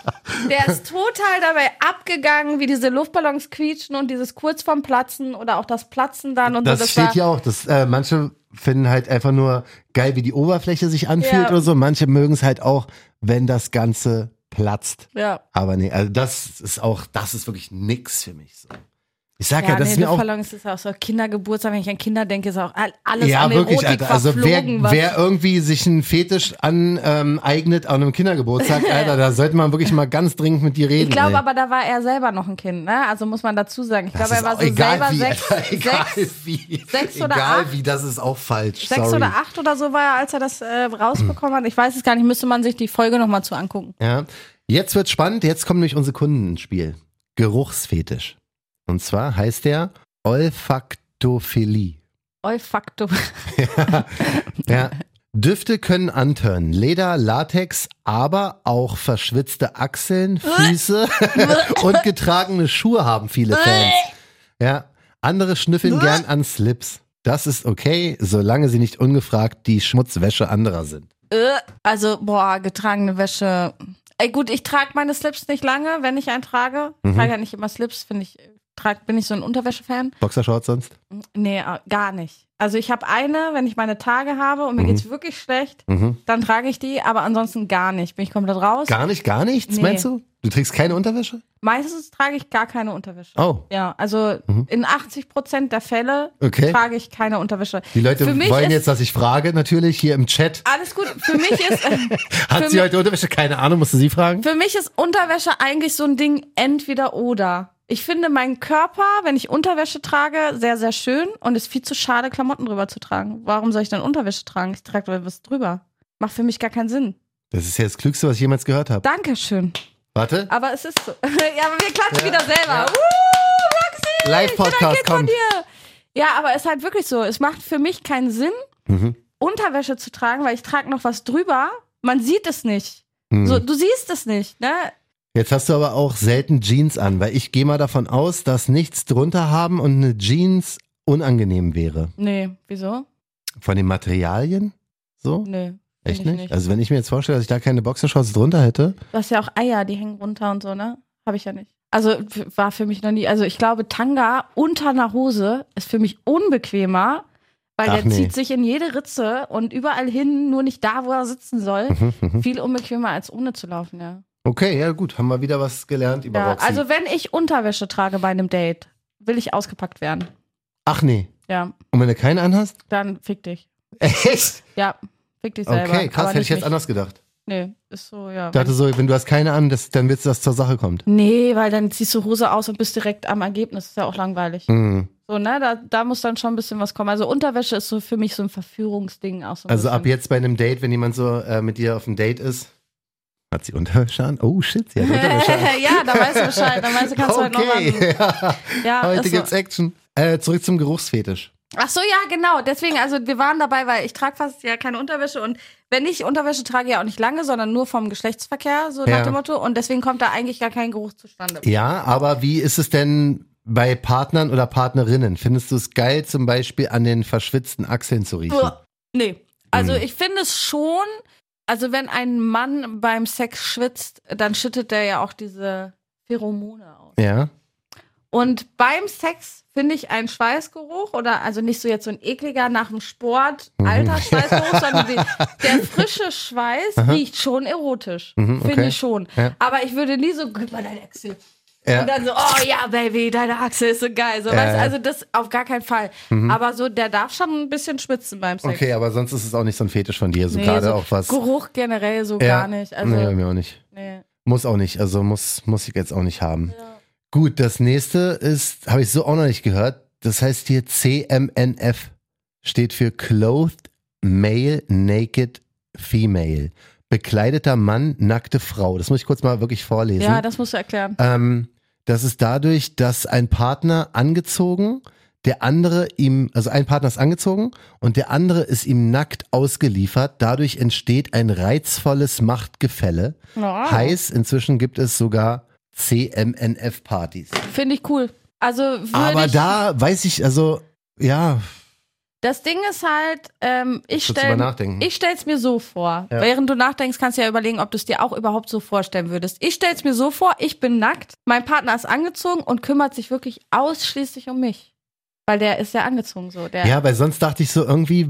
[SPEAKER 2] Der ist total dabei abgegangen, wie diese Luftballons quietschen und dieses kurz vom Platzen oder auch das Platzen dann und
[SPEAKER 3] das
[SPEAKER 2] so. Das
[SPEAKER 3] steht
[SPEAKER 2] war,
[SPEAKER 3] ja auch. Das, äh, manche finden halt einfach nur geil, wie die Oberfläche sich anfühlt
[SPEAKER 2] Ja.
[SPEAKER 3] oder so. Manche mögen es halt auch, wenn das Ganze platzt.
[SPEAKER 2] ja.
[SPEAKER 3] Aber nee, also das ist auch, das ist wirklich nix für mich. So. Ich sag ja,
[SPEAKER 2] Ja,
[SPEAKER 3] das
[SPEAKER 2] nee,
[SPEAKER 3] ist mir auch.
[SPEAKER 2] Luftballons ist auch so Kindergeburtstag, wenn ich an Kinder denke, ist auch all- alles
[SPEAKER 3] Ja,
[SPEAKER 2] an
[SPEAKER 3] wirklich,
[SPEAKER 2] Erotik
[SPEAKER 3] Alter. Also wer,
[SPEAKER 2] verflogen. was-
[SPEAKER 3] wer irgendwie sich einen Fetisch aneignet an einem
[SPEAKER 2] [LAUGHS]
[SPEAKER 3] Kindergeburtstag, Alter, da sollte man wirklich mal ganz dringend mit dir reden.
[SPEAKER 2] ich glaube
[SPEAKER 3] ey.
[SPEAKER 2] aber, da war er selber noch ein Kind, ne? Also muss man dazu sagen. Ich
[SPEAKER 3] Das
[SPEAKER 2] glaube, er
[SPEAKER 3] ist
[SPEAKER 2] war
[SPEAKER 3] auch
[SPEAKER 2] so selber
[SPEAKER 3] wie,
[SPEAKER 2] sechs,
[SPEAKER 3] Alter, [LAUGHS] egal
[SPEAKER 2] sechs,
[SPEAKER 3] wie,
[SPEAKER 2] sechs oder
[SPEAKER 3] egal
[SPEAKER 2] acht.
[SPEAKER 3] wie, das ist auch falsch.
[SPEAKER 2] sechs
[SPEAKER 3] sorry.
[SPEAKER 2] oder acht oder so war er, als er das äh, rausbekommen hat. Ich weiß es gar nicht, müsste man sich die Folge nochmal zu angucken.
[SPEAKER 3] Ja. Jetzt wird spannend, jetzt kommen nämlich unsere Kunden ins Spiel. Geruchsfetisch. Und zwar heißt der Olfaktophilie.
[SPEAKER 2] Olfakto.
[SPEAKER 3] Ja. [LAUGHS] Düfte können antören. Leder, Latex, aber auch verschwitzte Achseln, Füße [LAUGHS] und getragene Schuhe haben viele Fans. Ja. Andere schnüffeln gern an Slips. Das ist okay, solange sie nicht ungefragt die Schmutzwäsche anderer sind.
[SPEAKER 2] [LAUGHS] Äh, also, boah, getragene Wäsche. Ey, gut, ich trage meine Slips nicht lange, wenn ich einen trage. Ich
[SPEAKER 3] Mhm.
[SPEAKER 2] trage ja nicht immer Slips, finde ich. Trag, bin ich so ein Unterwäsche-Fan?
[SPEAKER 3] Boxershorts sonst?
[SPEAKER 2] Nee, äh, gar nicht. Also ich habe eine, wenn ich meine Tage habe und mir geht's wirklich schlecht,
[SPEAKER 3] Mhm.
[SPEAKER 2] dann trage ich die, aber ansonsten gar nicht. Bin ich komplett raus.
[SPEAKER 3] Gar nicht, gar nichts,
[SPEAKER 2] Nee.
[SPEAKER 3] meinst du? Du trägst keine Unterwäsche?
[SPEAKER 2] Meistens trage ich gar keine Unterwäsche.
[SPEAKER 3] Oh,
[SPEAKER 2] Ja, also
[SPEAKER 3] Mhm.
[SPEAKER 2] in 80 Prozent der Fälle
[SPEAKER 3] okay.
[SPEAKER 2] trage ich keine Unterwäsche.
[SPEAKER 3] Die Leute
[SPEAKER 2] Für mich
[SPEAKER 3] wollen
[SPEAKER 2] ist-
[SPEAKER 3] jetzt, dass ich frage, natürlich hier im Chat.
[SPEAKER 2] Alles gut. Für mich ist [LAUGHS]
[SPEAKER 3] Hat
[SPEAKER 2] für
[SPEAKER 3] sie
[SPEAKER 2] mi-
[SPEAKER 3] heute Unterwäsche? Keine Ahnung, musst du sie fragen?
[SPEAKER 2] für mich ist Unterwäsche eigentlich so ein Ding entweder oder. Ich finde meinen Körper, wenn ich Unterwäsche trage, sehr sehr schön und ist viel zu schade Klamotten drüber zu tragen. Warum soll ich dann Unterwäsche tragen? Ich trage doch was drüber. Macht für mich gar keinen Sinn.
[SPEAKER 3] Das ist ja das Klügste, was ich jemals gehört habe.
[SPEAKER 2] Dankeschön.
[SPEAKER 3] Warte,
[SPEAKER 2] Aber es ist so. [LAUGHS] ja, aber wir klatschen wieder selber.
[SPEAKER 3] ja.
[SPEAKER 2] Uh, Roxy!
[SPEAKER 3] Live-Podcast, komm.
[SPEAKER 2] Ja, aber es ist halt wirklich so. Es macht für mich keinen Sinn,
[SPEAKER 3] Mhm.
[SPEAKER 2] Unterwäsche zu tragen, weil ich trage noch was drüber. Man sieht es nicht.
[SPEAKER 3] Mhm.
[SPEAKER 2] So, du siehst es nicht, ne?
[SPEAKER 3] Jetzt hast du aber auch selten Jeans an, weil ich gehe mal davon aus, dass nichts drunter haben und eine Jeans unangenehm wäre.
[SPEAKER 2] Nee, wieso?
[SPEAKER 3] Von den Materialien? So?
[SPEAKER 2] Nee. find
[SPEAKER 3] Echt
[SPEAKER 2] ich
[SPEAKER 3] nicht?
[SPEAKER 2] nicht.
[SPEAKER 3] Also wenn ich mir jetzt vorstelle, dass ich da keine Boxershorts drunter hätte. [LAUGHS]
[SPEAKER 2] Du hast ja auch Eier, die hängen runter und so, ne? Habe ich ja nicht. Also f- war für mich noch nie. Also ich glaube, Tanga unter einer Hose ist für mich unbequemer, weil
[SPEAKER 3] Ach,
[SPEAKER 2] der
[SPEAKER 3] nee.
[SPEAKER 2] zieht sich in jede Ritze und überall hin, nur nicht da, wo er sitzen soll.
[SPEAKER 3] Mhm.
[SPEAKER 2] Viel unbequemer als ohne zu laufen, ja.
[SPEAKER 3] Okay, ja gut, haben wir wieder was gelernt über
[SPEAKER 2] ja
[SPEAKER 3] Roxy.
[SPEAKER 2] also wenn ich Unterwäsche trage bei einem Date, will ich ausgepackt werden.
[SPEAKER 3] Ach nee.
[SPEAKER 2] Ja,
[SPEAKER 3] Und wenn du keine anhast? [LAUGHS]
[SPEAKER 2] dann fick dich.
[SPEAKER 3] Echt?
[SPEAKER 2] Ja, fick dich selber.
[SPEAKER 3] Okay, krass,
[SPEAKER 2] aber
[SPEAKER 3] hätte ich
[SPEAKER 2] nicht
[SPEAKER 3] jetzt
[SPEAKER 2] mich.
[SPEAKER 3] anders gedacht.
[SPEAKER 2] Nee, ist so, ja.
[SPEAKER 3] Ich dachte so, wenn du hast keine an, das, dann willst du, dass zur Sache kommt.
[SPEAKER 2] Nee, weil dann ziehst du Hose aus und bist direkt am Ergebnis. Ist ja auch langweilig.
[SPEAKER 3] Mhm.
[SPEAKER 2] So, ne, da, da muss dann schon ein bisschen was kommen. Also Unterwäsche ist so für mich so ein Verführungsding auch so. Ein
[SPEAKER 3] Also
[SPEAKER 2] bisschen.
[SPEAKER 3] ab jetzt bei einem Date, wenn jemand so äh, mit dir auf einem Date ist, hat sie Unterwäsche an? Oh shit,
[SPEAKER 2] [LAUGHS]
[SPEAKER 3] sie hat Unterwäsche an.
[SPEAKER 2] ja, da weißt du Bescheid. Dann weißt du, kannst du halt noch mal.
[SPEAKER 3] okay, [LAUGHS] ja.
[SPEAKER 2] Ja,
[SPEAKER 3] heute
[SPEAKER 2] ist so.
[SPEAKER 3] gibt's Action. Äh, zurück zum Geruchsfetisch.
[SPEAKER 2] Ach so, ja, genau. Deswegen, also wir waren dabei, weil ich trage fast ja keine Unterwäsche und wenn ich Unterwäsche trage, ja auch nicht lange, sondern nur vom Geschlechtsverkehr, so
[SPEAKER 3] Ja.
[SPEAKER 2] nach dem Motto. Und deswegen kommt da eigentlich gar kein Geruch zustande.
[SPEAKER 3] Ja, aber wie ist es denn bei Partnern oder Partnerinnen? Findest du es geil, zum Beispiel an den verschwitzten Achseln zu riechen?
[SPEAKER 2] Uah. Nee. Also
[SPEAKER 3] Mhm.
[SPEAKER 2] ich finde es schon, also wenn ein Mann beim Sex schwitzt, dann schüttet der ja auch diese Pheromone aus.
[SPEAKER 3] Ja.
[SPEAKER 2] Und beim Sex finde ich einen Schweißgeruch oder also nicht so jetzt so ein ekliger nach dem Sport
[SPEAKER 3] Mhm.
[SPEAKER 2] alter
[SPEAKER 3] [LAUGHS]
[SPEAKER 2] Schweißgeruch, sondern die, der frische Schweiß riecht schon erotisch.
[SPEAKER 3] Mhm, okay.
[SPEAKER 2] Finde ich schon.
[SPEAKER 3] Ja.
[SPEAKER 2] Aber ich würde nie so, gib mal deine Achsel.
[SPEAKER 3] Ja.
[SPEAKER 2] Und dann so, oh ja, Baby, deine Achsel ist so geil. So,
[SPEAKER 3] Ja,
[SPEAKER 2] weißt, du,
[SPEAKER 3] ja. Mhm.
[SPEAKER 2] also das auf gar keinen Fall. Aber so, der darf schon ein bisschen schwitzen beim Sex.
[SPEAKER 3] Okay, aber sonst ist es auch nicht so ein Fetisch von dir, so
[SPEAKER 2] Nee,
[SPEAKER 3] Also gerade
[SPEAKER 2] so
[SPEAKER 3] auch was.
[SPEAKER 2] Geruch generell so
[SPEAKER 3] Ja.
[SPEAKER 2] gar nicht. Also,
[SPEAKER 3] nee, bei mir auch nicht.
[SPEAKER 2] nee.
[SPEAKER 3] Muss auch nicht, also muss, muss ich jetzt auch nicht haben. Gut, das nächste ist, habe ich so auch noch nicht gehört. Das heißt hier CMNF steht für Clothed Male Naked Female. Bekleideter Mann, nackte Frau. Das muss ich kurz mal wirklich vorlesen.
[SPEAKER 2] ja, das musst du erklären.
[SPEAKER 3] Ähm, das ist dadurch, dass ein Partner angezogen, der andere ihm, also ein Partner ist angezogen und der andere ist ihm nackt ausgeliefert. Dadurch entsteht ein reizvolles Machtgefälle.
[SPEAKER 2] Ja.
[SPEAKER 3] Heiß, inzwischen gibt es sogar CMNF-Partys.
[SPEAKER 2] Finde ich cool. Also würde
[SPEAKER 3] Aber
[SPEAKER 2] ich,
[SPEAKER 3] da weiß ich, also, ja,
[SPEAKER 2] das Ding ist halt, ähm, ich
[SPEAKER 3] kurz drüber
[SPEAKER 2] stelle
[SPEAKER 3] nachdenken.
[SPEAKER 2] Ich stell's mir so vor.
[SPEAKER 3] Ja.
[SPEAKER 2] Während du nachdenkst, kannst du ja überlegen, ob du es dir auch überhaupt so vorstellen würdest. Ich stell's mir so vor, ich bin nackt, mein Partner ist angezogen und kümmert sich wirklich ausschließlich um mich. Weil der ist ja angezogen so. Der,
[SPEAKER 3] ja, weil sonst dachte ich so irgendwie,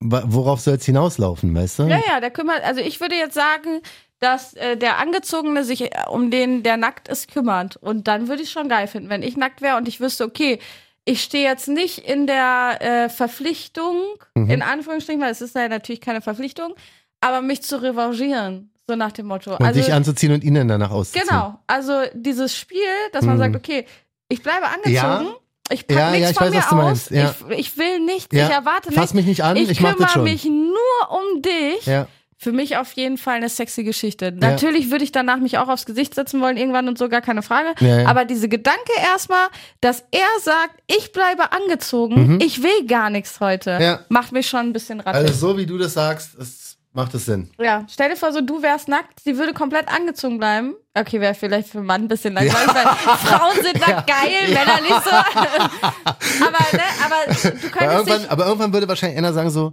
[SPEAKER 3] wa- worauf soll es hinauslaufen, weißt du?
[SPEAKER 2] ja, ja, der kümmert, also ich würde jetzt sagen, dass äh, der Angezogene sich äh, um den, der nackt ist, kümmert. Und dann würde ich schon geil finden, wenn ich nackt wäre und ich wüsste, okay, ich stehe jetzt nicht in der äh, Verpflichtung,
[SPEAKER 3] Mhm.
[SPEAKER 2] in Anführungsstrichen, weil es ist ja natürlich keine Verpflichtung, aber mich zu revanchieren, so nach dem Motto.
[SPEAKER 3] Und
[SPEAKER 2] also,
[SPEAKER 3] dich anzuziehen und ihnen danach auszuziehen.
[SPEAKER 2] Genau, also dieses Spiel, dass man
[SPEAKER 3] Mhm.
[SPEAKER 2] sagt, okay, ich bleibe angezogen,
[SPEAKER 3] Ja.
[SPEAKER 2] ich packe
[SPEAKER 3] Ja,
[SPEAKER 2] nichts
[SPEAKER 3] ja, ich
[SPEAKER 2] von
[SPEAKER 3] weiß,
[SPEAKER 2] mir
[SPEAKER 3] was du
[SPEAKER 2] aus,
[SPEAKER 3] meinst, ja.
[SPEAKER 2] ich, ich will nichts,
[SPEAKER 3] Ja.
[SPEAKER 2] ich erwarte
[SPEAKER 3] Fass
[SPEAKER 2] nichts,
[SPEAKER 3] mich nicht an, ich,
[SPEAKER 2] ich,
[SPEAKER 3] mach das
[SPEAKER 2] kümmere
[SPEAKER 3] schon.
[SPEAKER 2] mich nur um dich.
[SPEAKER 3] Ja.
[SPEAKER 2] Für mich auf jeden Fall eine sexy Geschichte. Natürlich würde ich danach mich auch aufs Gesicht setzen wollen, irgendwann und so, gar keine Frage.
[SPEAKER 3] Ja, ja.
[SPEAKER 2] Aber diese Gedanke erstmal, dass er sagt, ich bleibe angezogen,
[SPEAKER 3] Mhm.
[SPEAKER 2] ich will gar nichts heute,
[SPEAKER 3] Ja.
[SPEAKER 2] macht mich schon ein bisschen rattig.
[SPEAKER 3] Also so wie du das sagst, es macht es Sinn.
[SPEAKER 2] ja, stell dir vor, so du wärst nackt, sie würde komplett angezogen bleiben. Okay, wäre vielleicht für einen Mann ein bisschen langweilig,
[SPEAKER 3] [LAUGHS]
[SPEAKER 2] weil Frauen sind da geil, Männer nicht so. aber, ne, aber du
[SPEAKER 3] Aber
[SPEAKER 2] könntest dich
[SPEAKER 3] irgendwann, aber irgendwann würde wahrscheinlich einer sagen so,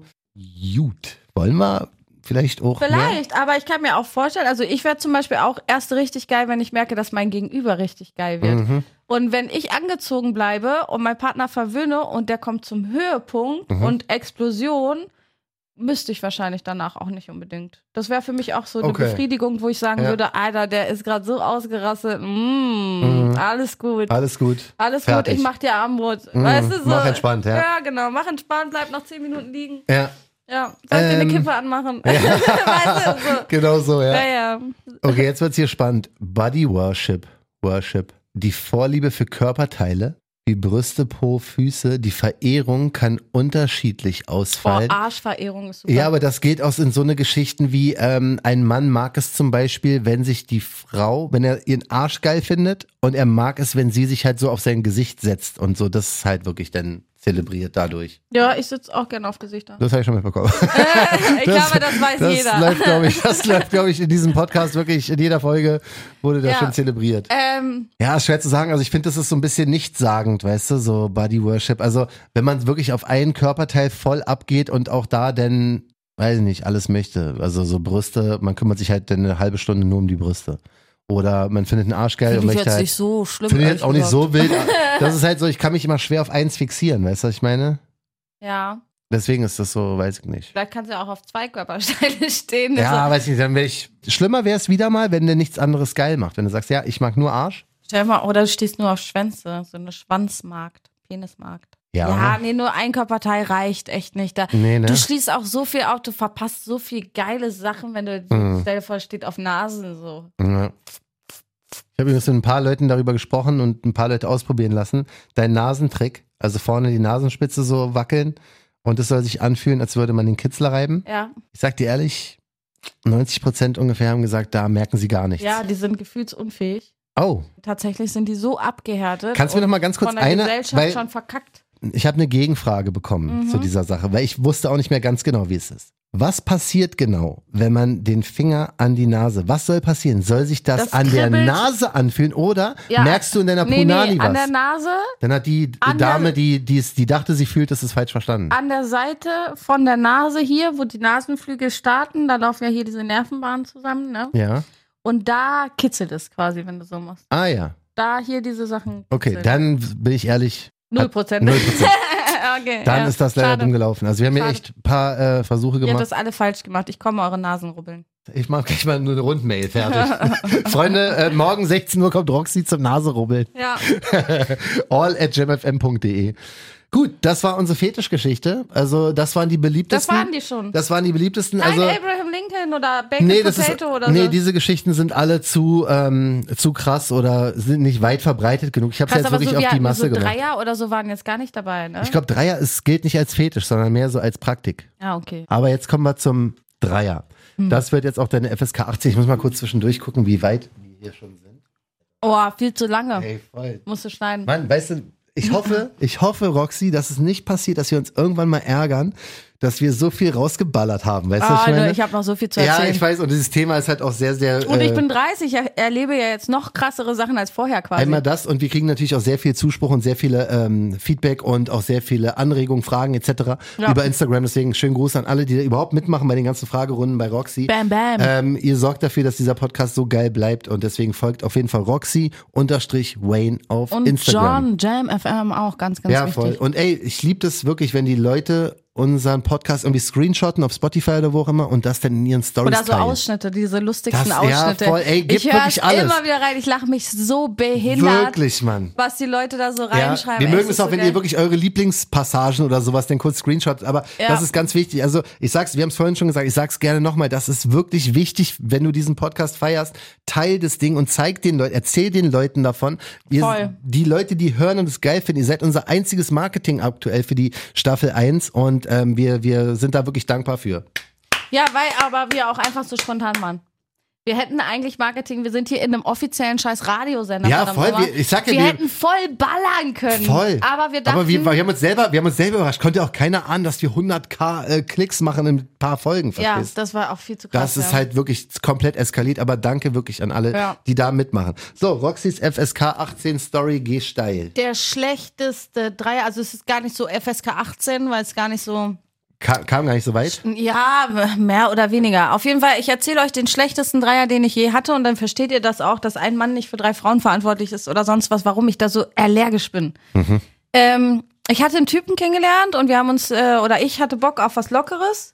[SPEAKER 3] gut, wollen wir vielleicht auch ne? mehr?
[SPEAKER 2] Vielleicht, aber ich kann mir auch vorstellen, also ich werde zum Beispiel auch erst richtig geil, wenn ich merke, dass mein Gegenüber richtig geil
[SPEAKER 3] Mhm.
[SPEAKER 2] wird. Und wenn ich angezogen bleibe und mein Partner verwöhne und der kommt zum Höhepunkt
[SPEAKER 3] Mhm.
[SPEAKER 2] und Explosion, müsste ich wahrscheinlich danach auch nicht unbedingt. Das wäre für mich auch so eine
[SPEAKER 3] Okay.
[SPEAKER 2] Befriedigung, wo ich sagen
[SPEAKER 3] Ja.
[SPEAKER 2] würde, Alter, der ist gerade so ausgerastet, mm,
[SPEAKER 3] Mhm.
[SPEAKER 2] alles gut.
[SPEAKER 3] Alles gut.
[SPEAKER 2] Alles
[SPEAKER 3] Fertig. Mhm.
[SPEAKER 2] gut, ich mach dir Armut. weißt du so?
[SPEAKER 3] mach entspannt, ja.
[SPEAKER 2] Ja, genau, mach entspannt, bleib noch zehn Minuten liegen.
[SPEAKER 3] Ja,
[SPEAKER 2] Ja, soll ich dir
[SPEAKER 3] Ähm.
[SPEAKER 2] eine Kippe anmachen? [LAUGHS] weißt du, so.
[SPEAKER 3] genau so, ja.
[SPEAKER 2] Ja, ja.
[SPEAKER 3] Okay, jetzt wird's hier spannend. Body Worship. Worship. Die Vorliebe für Körperteile wie Brüste, Po, Füße, die Verehrung kann unterschiedlich
[SPEAKER 2] Boah,
[SPEAKER 3] ausfallen.
[SPEAKER 2] Arschverehrung ist super.
[SPEAKER 3] Ja, aber das geht auch in so eine Geschichten wie, ähm, ein Mann mag es zum Beispiel, wenn sich die Frau, wenn er ihren Arsch geil findet und er mag es, wenn sie sich halt so auf sein Gesicht setzt und so, das ist halt wirklich dann zelebriert dadurch.
[SPEAKER 2] ja, ich sitze auch gerne auf Gesichter.
[SPEAKER 3] [LAUGHS] Das habe ich schon mitbekommen.
[SPEAKER 2] ich glaube, das weiß
[SPEAKER 3] das
[SPEAKER 2] jeder.
[SPEAKER 3] Läuft, glaub ich, das läuft, glaube ich, in diesem Podcast wirklich, in jeder Folge wurde das
[SPEAKER 2] Ja.
[SPEAKER 3] schon zelebriert.
[SPEAKER 2] Ähm,
[SPEAKER 3] Ja, ist schwer zu sagen. Also ich finde, das ist so ein bisschen nichtssagend, weißt du, so Body Worship. Also wenn man wirklich auf einen Körperteil voll abgeht und auch da dann, weiß ich nicht, alles möchte. Also so Brüste, man kümmert sich halt dann eine halbe Stunde nur um die Brüste. Oder man findet einen Arsch geil und
[SPEAKER 1] Finde ich
[SPEAKER 3] möchte
[SPEAKER 1] jetzt
[SPEAKER 3] halt.
[SPEAKER 1] nicht so schlimm.
[SPEAKER 3] Finde ich
[SPEAKER 1] ehrlich
[SPEAKER 3] jetzt auch nicht
[SPEAKER 1] gesagt.
[SPEAKER 3] so wild. Das ist halt so, ich kann mich immer schwer auf eins fixieren, weißt du, was ich meine?
[SPEAKER 2] ja,
[SPEAKER 3] Deswegen ist das so, weiß
[SPEAKER 1] [LAUGHS]
[SPEAKER 3] ich nicht.
[SPEAKER 2] vielleicht kannst du ja auch auf zwei Körpersteine [LAUGHS] stehen. Also,
[SPEAKER 3] Ja,
[SPEAKER 2] So.
[SPEAKER 3] weiß ich nicht, dann wäre ich. Schlimmer wäre es wieder mal, wenn der nichts anderes geil macht. Wenn du sagst, ja, ich mag nur Arsch.
[SPEAKER 2] Stell dir mal, oder du stehst nur auf Schwänze, so eine Schwanzmarkt, Penismarkt.
[SPEAKER 3] Ja.
[SPEAKER 2] ja, nee, nur ein Körperteil reicht echt nicht. Da,
[SPEAKER 3] Nee, ne?
[SPEAKER 2] Du schließt auch so viel auf, du verpasst so viel geile Sachen, wenn du
[SPEAKER 3] Mhm.
[SPEAKER 2] stell dir vor, steht auf Nasen so.
[SPEAKER 3] Ja. Ich habe übrigens mit ein paar Leuten darüber gesprochen und ein paar Leute ausprobieren lassen. Dein Nasentrick, also vorne die Nasenspitze so wackeln und es soll sich anfühlen, als würde man den Kitzler reiben.
[SPEAKER 2] Ja,
[SPEAKER 3] Ich sag dir ehrlich, 90 Prozent ungefähr haben gesagt, da merken sie gar nichts.
[SPEAKER 2] ja, die sind gefühlsunfähig.
[SPEAKER 3] Oh,
[SPEAKER 2] Tatsächlich sind die so abgehärtet.
[SPEAKER 3] kannst du mir
[SPEAKER 2] und
[SPEAKER 3] noch mal ganz kurz
[SPEAKER 2] von der
[SPEAKER 3] eine,
[SPEAKER 2] Gesellschaft
[SPEAKER 3] weil
[SPEAKER 2] schon verkackt.
[SPEAKER 3] ich habe eine Gegenfrage bekommen
[SPEAKER 2] Mhm.
[SPEAKER 3] zu dieser Sache, weil ich wusste auch nicht mehr ganz genau, wie es ist. Was passiert genau, wenn man den Finger an die Nase? Was soll passieren? Soll sich das,
[SPEAKER 2] Das
[SPEAKER 3] an der
[SPEAKER 2] kribbelt.
[SPEAKER 3] Nase anfühlen oder
[SPEAKER 2] Ja.
[SPEAKER 3] merkst du in deiner
[SPEAKER 2] Nee,
[SPEAKER 3] Punani
[SPEAKER 2] nee,
[SPEAKER 3] was?
[SPEAKER 2] an der Nase,
[SPEAKER 3] Dann hat die
[SPEAKER 2] An der-
[SPEAKER 3] Dame, die, die, es- die dachte, sie fühlt, das ist falsch verstanden.
[SPEAKER 2] an der Seite von der Nase hier, wo die Nasenflügel starten, da laufen ja hier diese Nervenbahnen zusammen, ne?
[SPEAKER 3] Ja.
[SPEAKER 2] Und da kitzelt es quasi, wenn du so machst.
[SPEAKER 3] Ah ja.
[SPEAKER 2] Da hier diese Sachen.
[SPEAKER 3] Okay,
[SPEAKER 2] kitzeln.
[SPEAKER 3] dann bin ich ehrlich.
[SPEAKER 2] Null Prozent.
[SPEAKER 3] 0%.
[SPEAKER 2] [LAUGHS] okay,
[SPEAKER 3] Dann
[SPEAKER 2] ja.
[SPEAKER 3] ist das leider
[SPEAKER 2] Schade.
[SPEAKER 3] dumm gelaufen. Also wir haben ja
[SPEAKER 2] Schade.
[SPEAKER 3] echt ein paar äh, Versuche
[SPEAKER 2] Ihr habt
[SPEAKER 3] gemacht.
[SPEAKER 2] das alle falsch gemacht. Ich komme eure Nasen rubbeln.
[SPEAKER 3] ich mache gleich mal nur eine Rundmail
[SPEAKER 2] [LAUGHS]
[SPEAKER 3] fertig. Freunde, äh, morgen 16 Uhr kommt Roxy zum Naserubbeln. [LAUGHS]
[SPEAKER 2] Ja.
[SPEAKER 3] All at gemfm.de. Gut, das war unsere Fetischgeschichte. Also das waren die
[SPEAKER 2] Das
[SPEAKER 3] beliebtesten.
[SPEAKER 2] waren die schon.
[SPEAKER 3] das waren die beliebtesten.
[SPEAKER 2] Nein,
[SPEAKER 3] also,
[SPEAKER 2] Abraham Lincoln oder Bacon
[SPEAKER 3] Nee, das ist,
[SPEAKER 2] Potato oder
[SPEAKER 3] nee
[SPEAKER 2] so.
[SPEAKER 3] diese Geschichten sind alle zu, ähm, zu krass oder sind nicht weit verbreitet genug. Ich habe
[SPEAKER 2] Krass,
[SPEAKER 3] jetzt
[SPEAKER 2] aber
[SPEAKER 3] wirklich
[SPEAKER 2] so,
[SPEAKER 3] auf
[SPEAKER 2] wir
[SPEAKER 3] die
[SPEAKER 2] hatten
[SPEAKER 3] Masse
[SPEAKER 2] so
[SPEAKER 3] gemacht.
[SPEAKER 2] Dreier ne? oder so waren jetzt gar nicht dabei, ne?
[SPEAKER 3] Ich glaube, Dreier ist, gilt nicht als Fetisch, sondern mehr so als Praktik.
[SPEAKER 2] ah, okay.
[SPEAKER 3] Aber jetzt kommen wir zum Dreier.
[SPEAKER 2] Hm.
[SPEAKER 3] Das wird jetzt auch deine FSK 18. Ich muss mal kurz zwischendurch gucken, wie weit wir hier schon sind.
[SPEAKER 2] Oh, viel zu lange.
[SPEAKER 3] Ey, voll.
[SPEAKER 2] Musst du schneiden.
[SPEAKER 3] Mann, weißt du, ich hoffe, ich hoffe, Roxy, dass es nicht passiert, dass wir uns irgendwann mal ärgern, dass wir so viel rausgeballert haben. Weißt du, was
[SPEAKER 2] Ah,
[SPEAKER 3] ich meine?
[SPEAKER 2] ich habe noch so viel zu
[SPEAKER 3] ja,
[SPEAKER 2] erzählen.
[SPEAKER 3] ich weiß, und dieses Thema ist halt auch sehr, sehr.
[SPEAKER 2] und ich
[SPEAKER 3] äh,
[SPEAKER 2] bin 30, ich er- erlebe ja jetzt noch krassere Sachen als vorher quasi.
[SPEAKER 3] Einmal das und wir kriegen natürlich auch sehr viel Zuspruch und sehr viele ähm, Feedback und auch sehr viele Anregungen, Fragen etc.
[SPEAKER 2] Ja.
[SPEAKER 3] über Instagram. Deswegen schönen Gruß an alle, die da überhaupt mitmachen bei den ganzen Fragerunden bei Roxy.
[SPEAKER 2] bam, bam.
[SPEAKER 3] Ähm, ihr sorgt dafür, dass dieser Podcast so geil bleibt und deswegen folgt auf jeden Fall Roxy unterstrich Wayne auf
[SPEAKER 2] und John,
[SPEAKER 3] Instagram.
[SPEAKER 2] Jam FM auch, ganz, ganz
[SPEAKER 3] ja,
[SPEAKER 2] wichtig.
[SPEAKER 3] voll. Und ey, ich liebe das wirklich, wenn die Leute unseren Podcast irgendwie screenshotten auf Spotify oder wo auch immer und das dann in ihren Stories
[SPEAKER 2] Oder so
[SPEAKER 3] teilen.
[SPEAKER 2] Ausschnitte, diese lustigsten
[SPEAKER 3] Das- ja,
[SPEAKER 2] Ausschnitte.
[SPEAKER 3] voll, ey, gibt
[SPEAKER 2] ich höre
[SPEAKER 3] wirklich alles.
[SPEAKER 2] immer wieder rein, ich lache mich so behindert,
[SPEAKER 3] Wirklich, Mann.
[SPEAKER 2] was die Leute da so
[SPEAKER 3] Ja,
[SPEAKER 2] reinschreiben.
[SPEAKER 3] wir
[SPEAKER 2] Ey,
[SPEAKER 3] mögen
[SPEAKER 2] ist
[SPEAKER 3] es auch,
[SPEAKER 2] so
[SPEAKER 3] wenn
[SPEAKER 2] geil.
[SPEAKER 3] ihr wirklich eure Lieblingspassagen oder sowas denn kurz screenshottet, aber
[SPEAKER 2] Ja.
[SPEAKER 3] das ist ganz wichtig. Also ich sag's, wir haben es vorhin schon gesagt, ich sag's gerne nochmal, das ist wirklich wichtig, wenn du diesen Podcast feierst, teil das Ding und zeig den Leuten, erzähl den Leuten davon. Wir,
[SPEAKER 2] Voll.
[SPEAKER 3] Die Leute, die hören und es geil finden, ihr seid unser einziges Marketing aktuell für die Staffel 1 und ähm, wir, wir sind da wirklich dankbar für.
[SPEAKER 2] Ja, weil aber wir auch einfach so spontan waren. Wir hätten eigentlich Marketing, wir sind hier in einem offiziellen scheiß Radiosender.
[SPEAKER 3] Ja,
[SPEAKER 2] verdammt
[SPEAKER 3] voll,
[SPEAKER 2] nochmal.
[SPEAKER 3] wir- ich sag ja,
[SPEAKER 2] wir,
[SPEAKER 3] wir-
[SPEAKER 2] hätten voll ballern können.
[SPEAKER 3] Voll.
[SPEAKER 2] Mhm. Aber wir dachten,
[SPEAKER 3] aber wir, wir, haben uns selber, wir haben uns selber überrascht. Konnte auch keiner ahnen, dass wir 100k äh, Klicks machen in ein paar Folgen.
[SPEAKER 2] ja,
[SPEAKER 3] verstehst du?
[SPEAKER 2] das war auch viel zu krass.
[SPEAKER 3] Das ist
[SPEAKER 2] ja.
[SPEAKER 3] halt wirklich komplett eskaliert, aber danke wirklich an alle,
[SPEAKER 2] Ja.
[SPEAKER 3] die da mitmachen. So, Roxys FSK 18 Story, geh steil.
[SPEAKER 2] der schlechteste Dreier, also es ist gar nicht so FSK 18, weil es gar nicht so
[SPEAKER 3] Ka kam gar nicht so weit.
[SPEAKER 2] Ja, mehr oder weniger. Auf jeden Fall, ich erzähle euch den schlechtesten Dreier, den ich je hatte und dann versteht ihr das auch, dass ein Mann nicht für drei Frauen verantwortlich ist oder sonst was, warum ich da so allergisch bin. Ähm, ich hatte einen Typen kennengelernt und wir haben uns, äh, oder ich hatte Bock auf was Lockeres,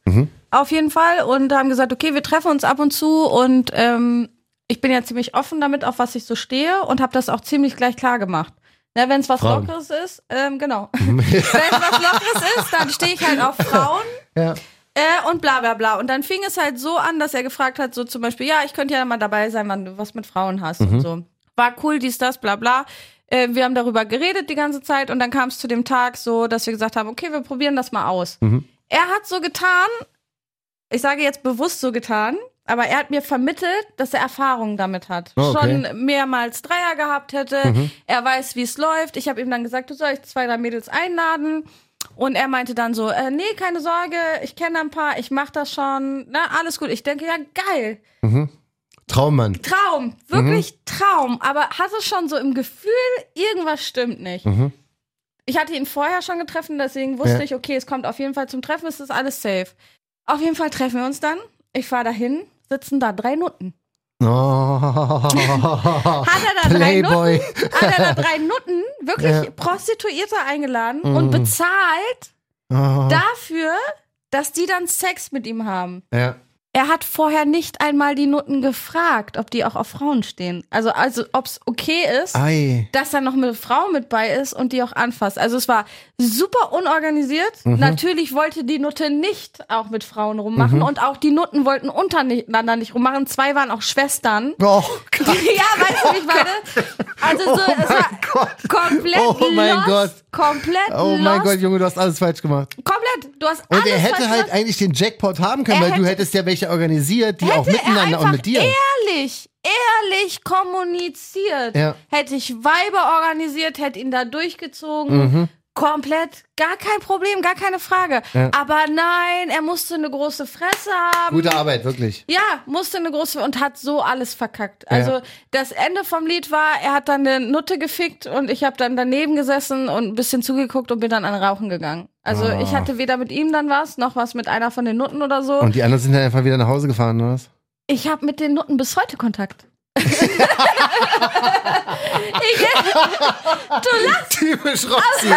[SPEAKER 2] auf jeden Fall, und haben gesagt, okay, wir treffen uns ab und zu und ähm, ich bin ja ziemlich offen damit, auf was ich so stehe und habe das auch ziemlich gleich klar gemacht. Ne, Wenn es was
[SPEAKER 3] Frauen.
[SPEAKER 2] Lockeres ist, ähm, genau. [LAUGHS] Wenn es was Lockeres ist, dann stehe ich halt auf Frauen
[SPEAKER 3] Ja.
[SPEAKER 2] äh, und bla bla bla. Und dann fing es halt so an, dass er gefragt hat, so zum Beispiel, ja, ich könnte ja mal dabei sein, wann du was mit Frauen hast und so. War cool, dies, das, bla bla. Äh, wir haben darüber geredet die ganze Zeit und dann kam es zu dem Tag so, dass wir gesagt haben, okay, wir probieren das mal aus. Er hat so getan, ich sage jetzt bewusst so getan, aber er hat mir vermittelt, dass er Erfahrung damit hat.
[SPEAKER 3] Oh, okay. Mhm.
[SPEAKER 2] Schon mehrmals Dreier gehabt hätte. Er weiß, wie es läuft. Ich habe ihm dann gesagt, du sollst zwei, drei Mädels einladen. Und er meinte dann so, äh, nee, keine Sorge, ich kenne ein paar, ich mach das schon, na, alles gut. Ich denke, ja, geil.
[SPEAKER 3] Traummann.
[SPEAKER 2] Traum, wirklich
[SPEAKER 3] Mhm.
[SPEAKER 2] Traum. Aber hatte schon so im Gefühl, irgendwas stimmt nicht. Ich hatte ihn vorher schon getroffen, deswegen wusste
[SPEAKER 3] Mhm. Ja.
[SPEAKER 2] ich, okay, es kommt auf jeden Fall zum Treffen, es ist alles safe. Auf jeden Fall treffen wir uns dann. Ich fahre dahin, sitzen da drei Nutten.
[SPEAKER 3] Oh.
[SPEAKER 2] Hat er da drei Nutten?
[SPEAKER 3] Playboy.
[SPEAKER 2] Hat er da
[SPEAKER 3] [LAUGHS]
[SPEAKER 2] drei Nutten, wirklich
[SPEAKER 3] Ja. Mhm.
[SPEAKER 2] Prostituierte eingeladen und bezahlt
[SPEAKER 3] Oh.
[SPEAKER 2] dafür, dass die dann Sex mit ihm haben.
[SPEAKER 3] Ja.
[SPEAKER 2] Er hat vorher nicht einmal die Nutten gefragt, ob die auch auf Frauen stehen. Also, also ob es okay ist,
[SPEAKER 3] Ei.
[SPEAKER 2] dass da noch eine Frau mit bei ist und die auch anfasst. Also es war super unorganisiert.
[SPEAKER 3] Mhm.
[SPEAKER 2] Natürlich wollte die Nutte nicht auch mit Frauen
[SPEAKER 3] Mhm.
[SPEAKER 2] rummachen und auch die Nutten wollten untereinander nicht rummachen. Zwei waren auch Schwestern. [LAUGHS]
[SPEAKER 3] Oh,
[SPEAKER 2] ja, weißt du, wie ich meine? Also so,
[SPEAKER 3] Oh
[SPEAKER 2] es war
[SPEAKER 3] mein Gott.
[SPEAKER 2] komplett
[SPEAKER 3] Oh mein
[SPEAKER 2] lost,
[SPEAKER 3] Gott.
[SPEAKER 2] komplett
[SPEAKER 3] oh mein
[SPEAKER 2] lost,
[SPEAKER 3] Gott, Junge, du hast alles falsch gemacht.
[SPEAKER 2] komplett. Du hast
[SPEAKER 3] Und
[SPEAKER 2] alles
[SPEAKER 3] er hätte
[SPEAKER 2] falsch
[SPEAKER 3] halt
[SPEAKER 2] gemacht.
[SPEAKER 3] eigentlich den Jackpot haben
[SPEAKER 2] Er
[SPEAKER 3] können, weil du
[SPEAKER 2] hätte-
[SPEAKER 3] hättest ja welche organisiert, die auch
[SPEAKER 2] Hätte er
[SPEAKER 3] miteinander und
[SPEAKER 2] einfach
[SPEAKER 3] mit dir.
[SPEAKER 2] Ehrlich, ehrlich kommuniziert.
[SPEAKER 3] Ja.
[SPEAKER 2] Hätte ich Weiber organisiert, hätte ihn da durchgezogen.
[SPEAKER 3] Mhm.
[SPEAKER 2] Komplett, gar kein Problem, gar keine Frage.
[SPEAKER 3] Ja.
[SPEAKER 2] Aber nein, er musste eine große Fresse haben.
[SPEAKER 3] Gute Arbeit, wirklich.
[SPEAKER 2] Ja, musste eine große und hat so alles verkackt. Also das Ende vom Lied war, er hat dann eine Nutte gefickt und ich habe dann daneben gesessen und ein bisschen zugeguckt und bin dann an Rauchen gegangen. Also
[SPEAKER 3] Ah.
[SPEAKER 2] ich hatte weder mit ihm dann was, noch was mit einer von den Nutten oder so.
[SPEAKER 3] Und die anderen sind dann einfach wieder nach Hause gefahren, oder was?
[SPEAKER 2] Ich habe mit den Nutten bis heute Kontakt. ich,
[SPEAKER 3] [LAUGHS]
[SPEAKER 2] du lachst,
[SPEAKER 3] Typisch
[SPEAKER 2] Also,
[SPEAKER 3] Roxy.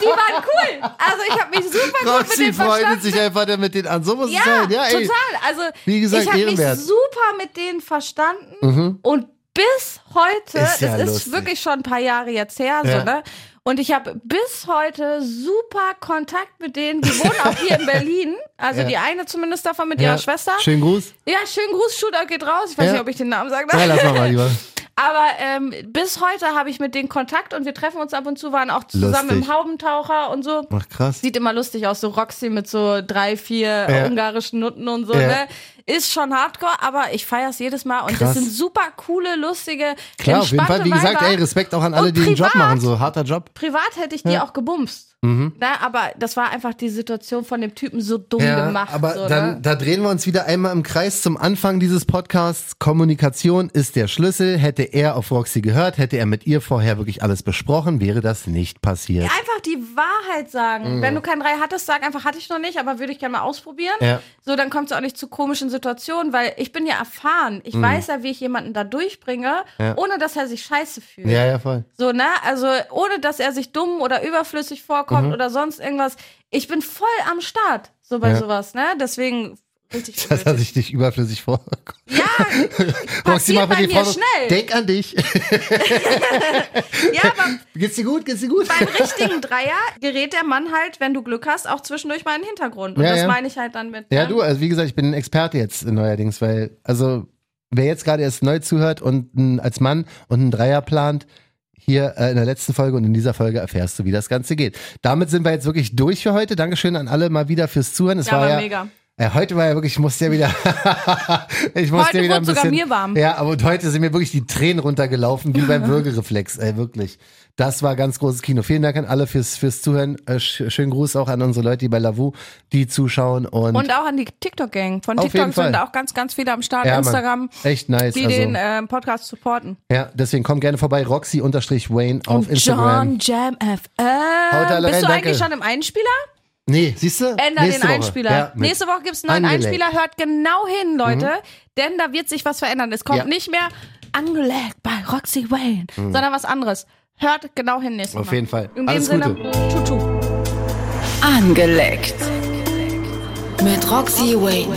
[SPEAKER 2] die waren cool. Also ich habe mich super gut mit
[SPEAKER 3] Roxy
[SPEAKER 2] denen verstanden.
[SPEAKER 3] freundet sich einfach damit den an. So muss es
[SPEAKER 2] ja,
[SPEAKER 3] sein. Ja, ey.
[SPEAKER 2] total. Also
[SPEAKER 3] Wie gesagt,
[SPEAKER 2] ich habe mich
[SPEAKER 3] ehrenwert. Mhm.
[SPEAKER 2] super mit denen verstanden und bis heute,
[SPEAKER 3] Ist ja
[SPEAKER 2] das ist
[SPEAKER 3] lustig.
[SPEAKER 2] wirklich schon ein paar Jahre jetzt her,
[SPEAKER 3] Ja.
[SPEAKER 2] so, ne? Und ich habe bis heute super Kontakt mit denen. Die wohnen auch hier
[SPEAKER 3] [LAUGHS]
[SPEAKER 2] in Berlin. Also
[SPEAKER 3] Ja.
[SPEAKER 2] die eine zumindest davon mit
[SPEAKER 3] Ja.
[SPEAKER 2] ihrer Schwester.
[SPEAKER 3] Schönen Gruß.
[SPEAKER 2] Ja, schönen Gruß, Shootout geht raus. Ich weiß
[SPEAKER 3] Ja.
[SPEAKER 2] nicht, ob ich den Namen sagen darf.
[SPEAKER 3] Ja, lass mal mal lieber.
[SPEAKER 2] [LAUGHS] Aber ähm, bis heute habe ich mit denen Kontakt und wir treffen uns ab und zu, waren auch zusammen
[SPEAKER 3] Lustig.
[SPEAKER 2] im Haubentaucher und so.
[SPEAKER 3] Ach krass.
[SPEAKER 2] Sieht immer lustig aus, so Roxy mit so drei, vier
[SPEAKER 3] Ja.
[SPEAKER 2] ungarischen Nutten und so,
[SPEAKER 3] Ja.
[SPEAKER 2] ne? Ist schon hardcore, aber ich feiere es jedes Mal. Und das
[SPEAKER 3] Krass.
[SPEAKER 2] sind super coole, lustige,
[SPEAKER 3] Klar, auf jeden
[SPEAKER 2] entspannte
[SPEAKER 3] Fall. Wie gesagt,
[SPEAKER 2] Weiber.
[SPEAKER 3] ey, Respekt auch an alle,
[SPEAKER 2] Und
[SPEAKER 3] die den Job
[SPEAKER 2] privat.
[SPEAKER 3] machen. So harter Job.
[SPEAKER 2] Privat hätte ich die auch gebumst.
[SPEAKER 3] Mhm.
[SPEAKER 2] Na, aber das war einfach die Situation von dem Typen so dumm gemacht.
[SPEAKER 3] aber
[SPEAKER 2] so,
[SPEAKER 3] dann,
[SPEAKER 2] ne?
[SPEAKER 3] da drehen wir uns wieder einmal im Kreis zum Anfang dieses Podcasts. Kommunikation ist der Schlüssel. Hätte er auf Roxy gehört, hätte er mit ihr vorher wirklich alles besprochen, wäre das nicht passiert.
[SPEAKER 2] Einfach die Wahrheit sagen.
[SPEAKER 3] Mhm.
[SPEAKER 2] Wenn du kein Drei hattest, sag einfach, hatte ich noch nicht, aber würde ich gerne mal ausprobieren.
[SPEAKER 3] Ja.
[SPEAKER 2] So, dann kommt es auch nicht zu komischen Situationen, weil ich bin ja erfahren. Ich weiß ja, wie ich jemanden da durchbringe,
[SPEAKER 3] Mhm. Ja.
[SPEAKER 2] ohne dass er sich scheiße fühlt.
[SPEAKER 3] Ja, ja, voll.
[SPEAKER 2] So, ne? Also, ohne dass er sich dumm oder überflüssig vorkommt
[SPEAKER 3] Mhm.
[SPEAKER 2] oder sonst irgendwas. Ich bin voll am Start, so bei
[SPEAKER 3] Ja.
[SPEAKER 2] sowas, ne? Deswegen richtig
[SPEAKER 3] Dass er
[SPEAKER 2] unnötig.
[SPEAKER 3] sich nicht überflüssig vor. [LAUGHS] Roxy,
[SPEAKER 2] Passiert
[SPEAKER 3] mal
[SPEAKER 2] bei
[SPEAKER 3] für die
[SPEAKER 2] mir
[SPEAKER 3] Frau.
[SPEAKER 2] schnell.
[SPEAKER 3] Denk an dich. [LAUGHS]
[SPEAKER 2] Ja, aber
[SPEAKER 3] Geht's dir gut? Geht's dir gut?
[SPEAKER 2] beim richtigen Dreier gerät der Mann halt, wenn du Glück hast, auch zwischendurch mal in den Hintergrund. Und
[SPEAKER 3] Ja,
[SPEAKER 2] das
[SPEAKER 3] ja.
[SPEAKER 2] meine ich halt dann mit.
[SPEAKER 3] Ja,
[SPEAKER 2] ne?
[SPEAKER 3] du, also wie gesagt, ich bin ein Experte jetzt neuerdings, weil, also, wer jetzt gerade erst neu zuhört und n, als Mann und einen Dreier plant, hier äh, in der letzten Folge und in dieser Folge erfährst du, wie das Ganze geht. Damit sind wir jetzt wirklich durch für heute. Dankeschön an alle mal wieder fürs Zuhören. Es
[SPEAKER 2] Ja,
[SPEAKER 3] war
[SPEAKER 2] war
[SPEAKER 3] ja,
[SPEAKER 2] mega.
[SPEAKER 3] Äh, heute war ja wirklich, ich musste
[SPEAKER 2] [LAUGHS]
[SPEAKER 3] ja wieder, ich musste
[SPEAKER 2] Heute
[SPEAKER 3] ja wieder ein
[SPEAKER 2] wurde sogar
[SPEAKER 3] bisschen,
[SPEAKER 2] mir warm.
[SPEAKER 3] Ja, aber und heute sind mir wirklich die Tränen runtergelaufen,
[SPEAKER 2] [LAUGHS]
[SPEAKER 3] wie beim Würgereflex, ey, wirklich. Das war ganz großes Kino. Vielen Dank an alle fürs, fürs Zuhören. Äh, sch schönen Gruß auch an unsere Leute, die bei Lavu, die zuschauen und,
[SPEAKER 2] Und auch an die TikTok-Gang. Von
[SPEAKER 3] Auf jeden
[SPEAKER 2] TikTok
[SPEAKER 3] Fall.
[SPEAKER 2] sind auch ganz, ganz viele am Start.
[SPEAKER 3] Ja, Mann.
[SPEAKER 2] Instagram,
[SPEAKER 3] Echt nice.
[SPEAKER 2] die
[SPEAKER 3] also,
[SPEAKER 2] den äh, Podcast supporten.
[SPEAKER 3] ja, deswegen kommt gerne vorbei. Roxy-Wayne auf
[SPEAKER 2] Und John
[SPEAKER 3] Instagram.
[SPEAKER 2] Jam FM.
[SPEAKER 3] alle
[SPEAKER 2] Bist
[SPEAKER 3] rein,
[SPEAKER 2] du
[SPEAKER 3] danke.
[SPEAKER 2] eigentlich schon im Einspieler?
[SPEAKER 3] Nee, siehst du?
[SPEAKER 2] Änder den Einspieler.
[SPEAKER 3] Ja, mit-
[SPEAKER 2] Nächste Woche gibt es einen neuen
[SPEAKER 3] Angelegt. Mhm.
[SPEAKER 2] Einspieler. Hört genau hin, Leute. Denn da wird sich was verändern. Es kommt
[SPEAKER 3] Ja. Mhm.
[SPEAKER 2] nicht mehr angelegt bei Roxy Wayne, sondern was anderes. Hört genau hin nächstes Mal.
[SPEAKER 3] Auf jeden Fall.
[SPEAKER 2] In
[SPEAKER 3] Alles
[SPEAKER 2] dem Sinne,
[SPEAKER 3] Gute.
[SPEAKER 2] Tutu.
[SPEAKER 1] Angeleckt. Mit Roxy Wayne.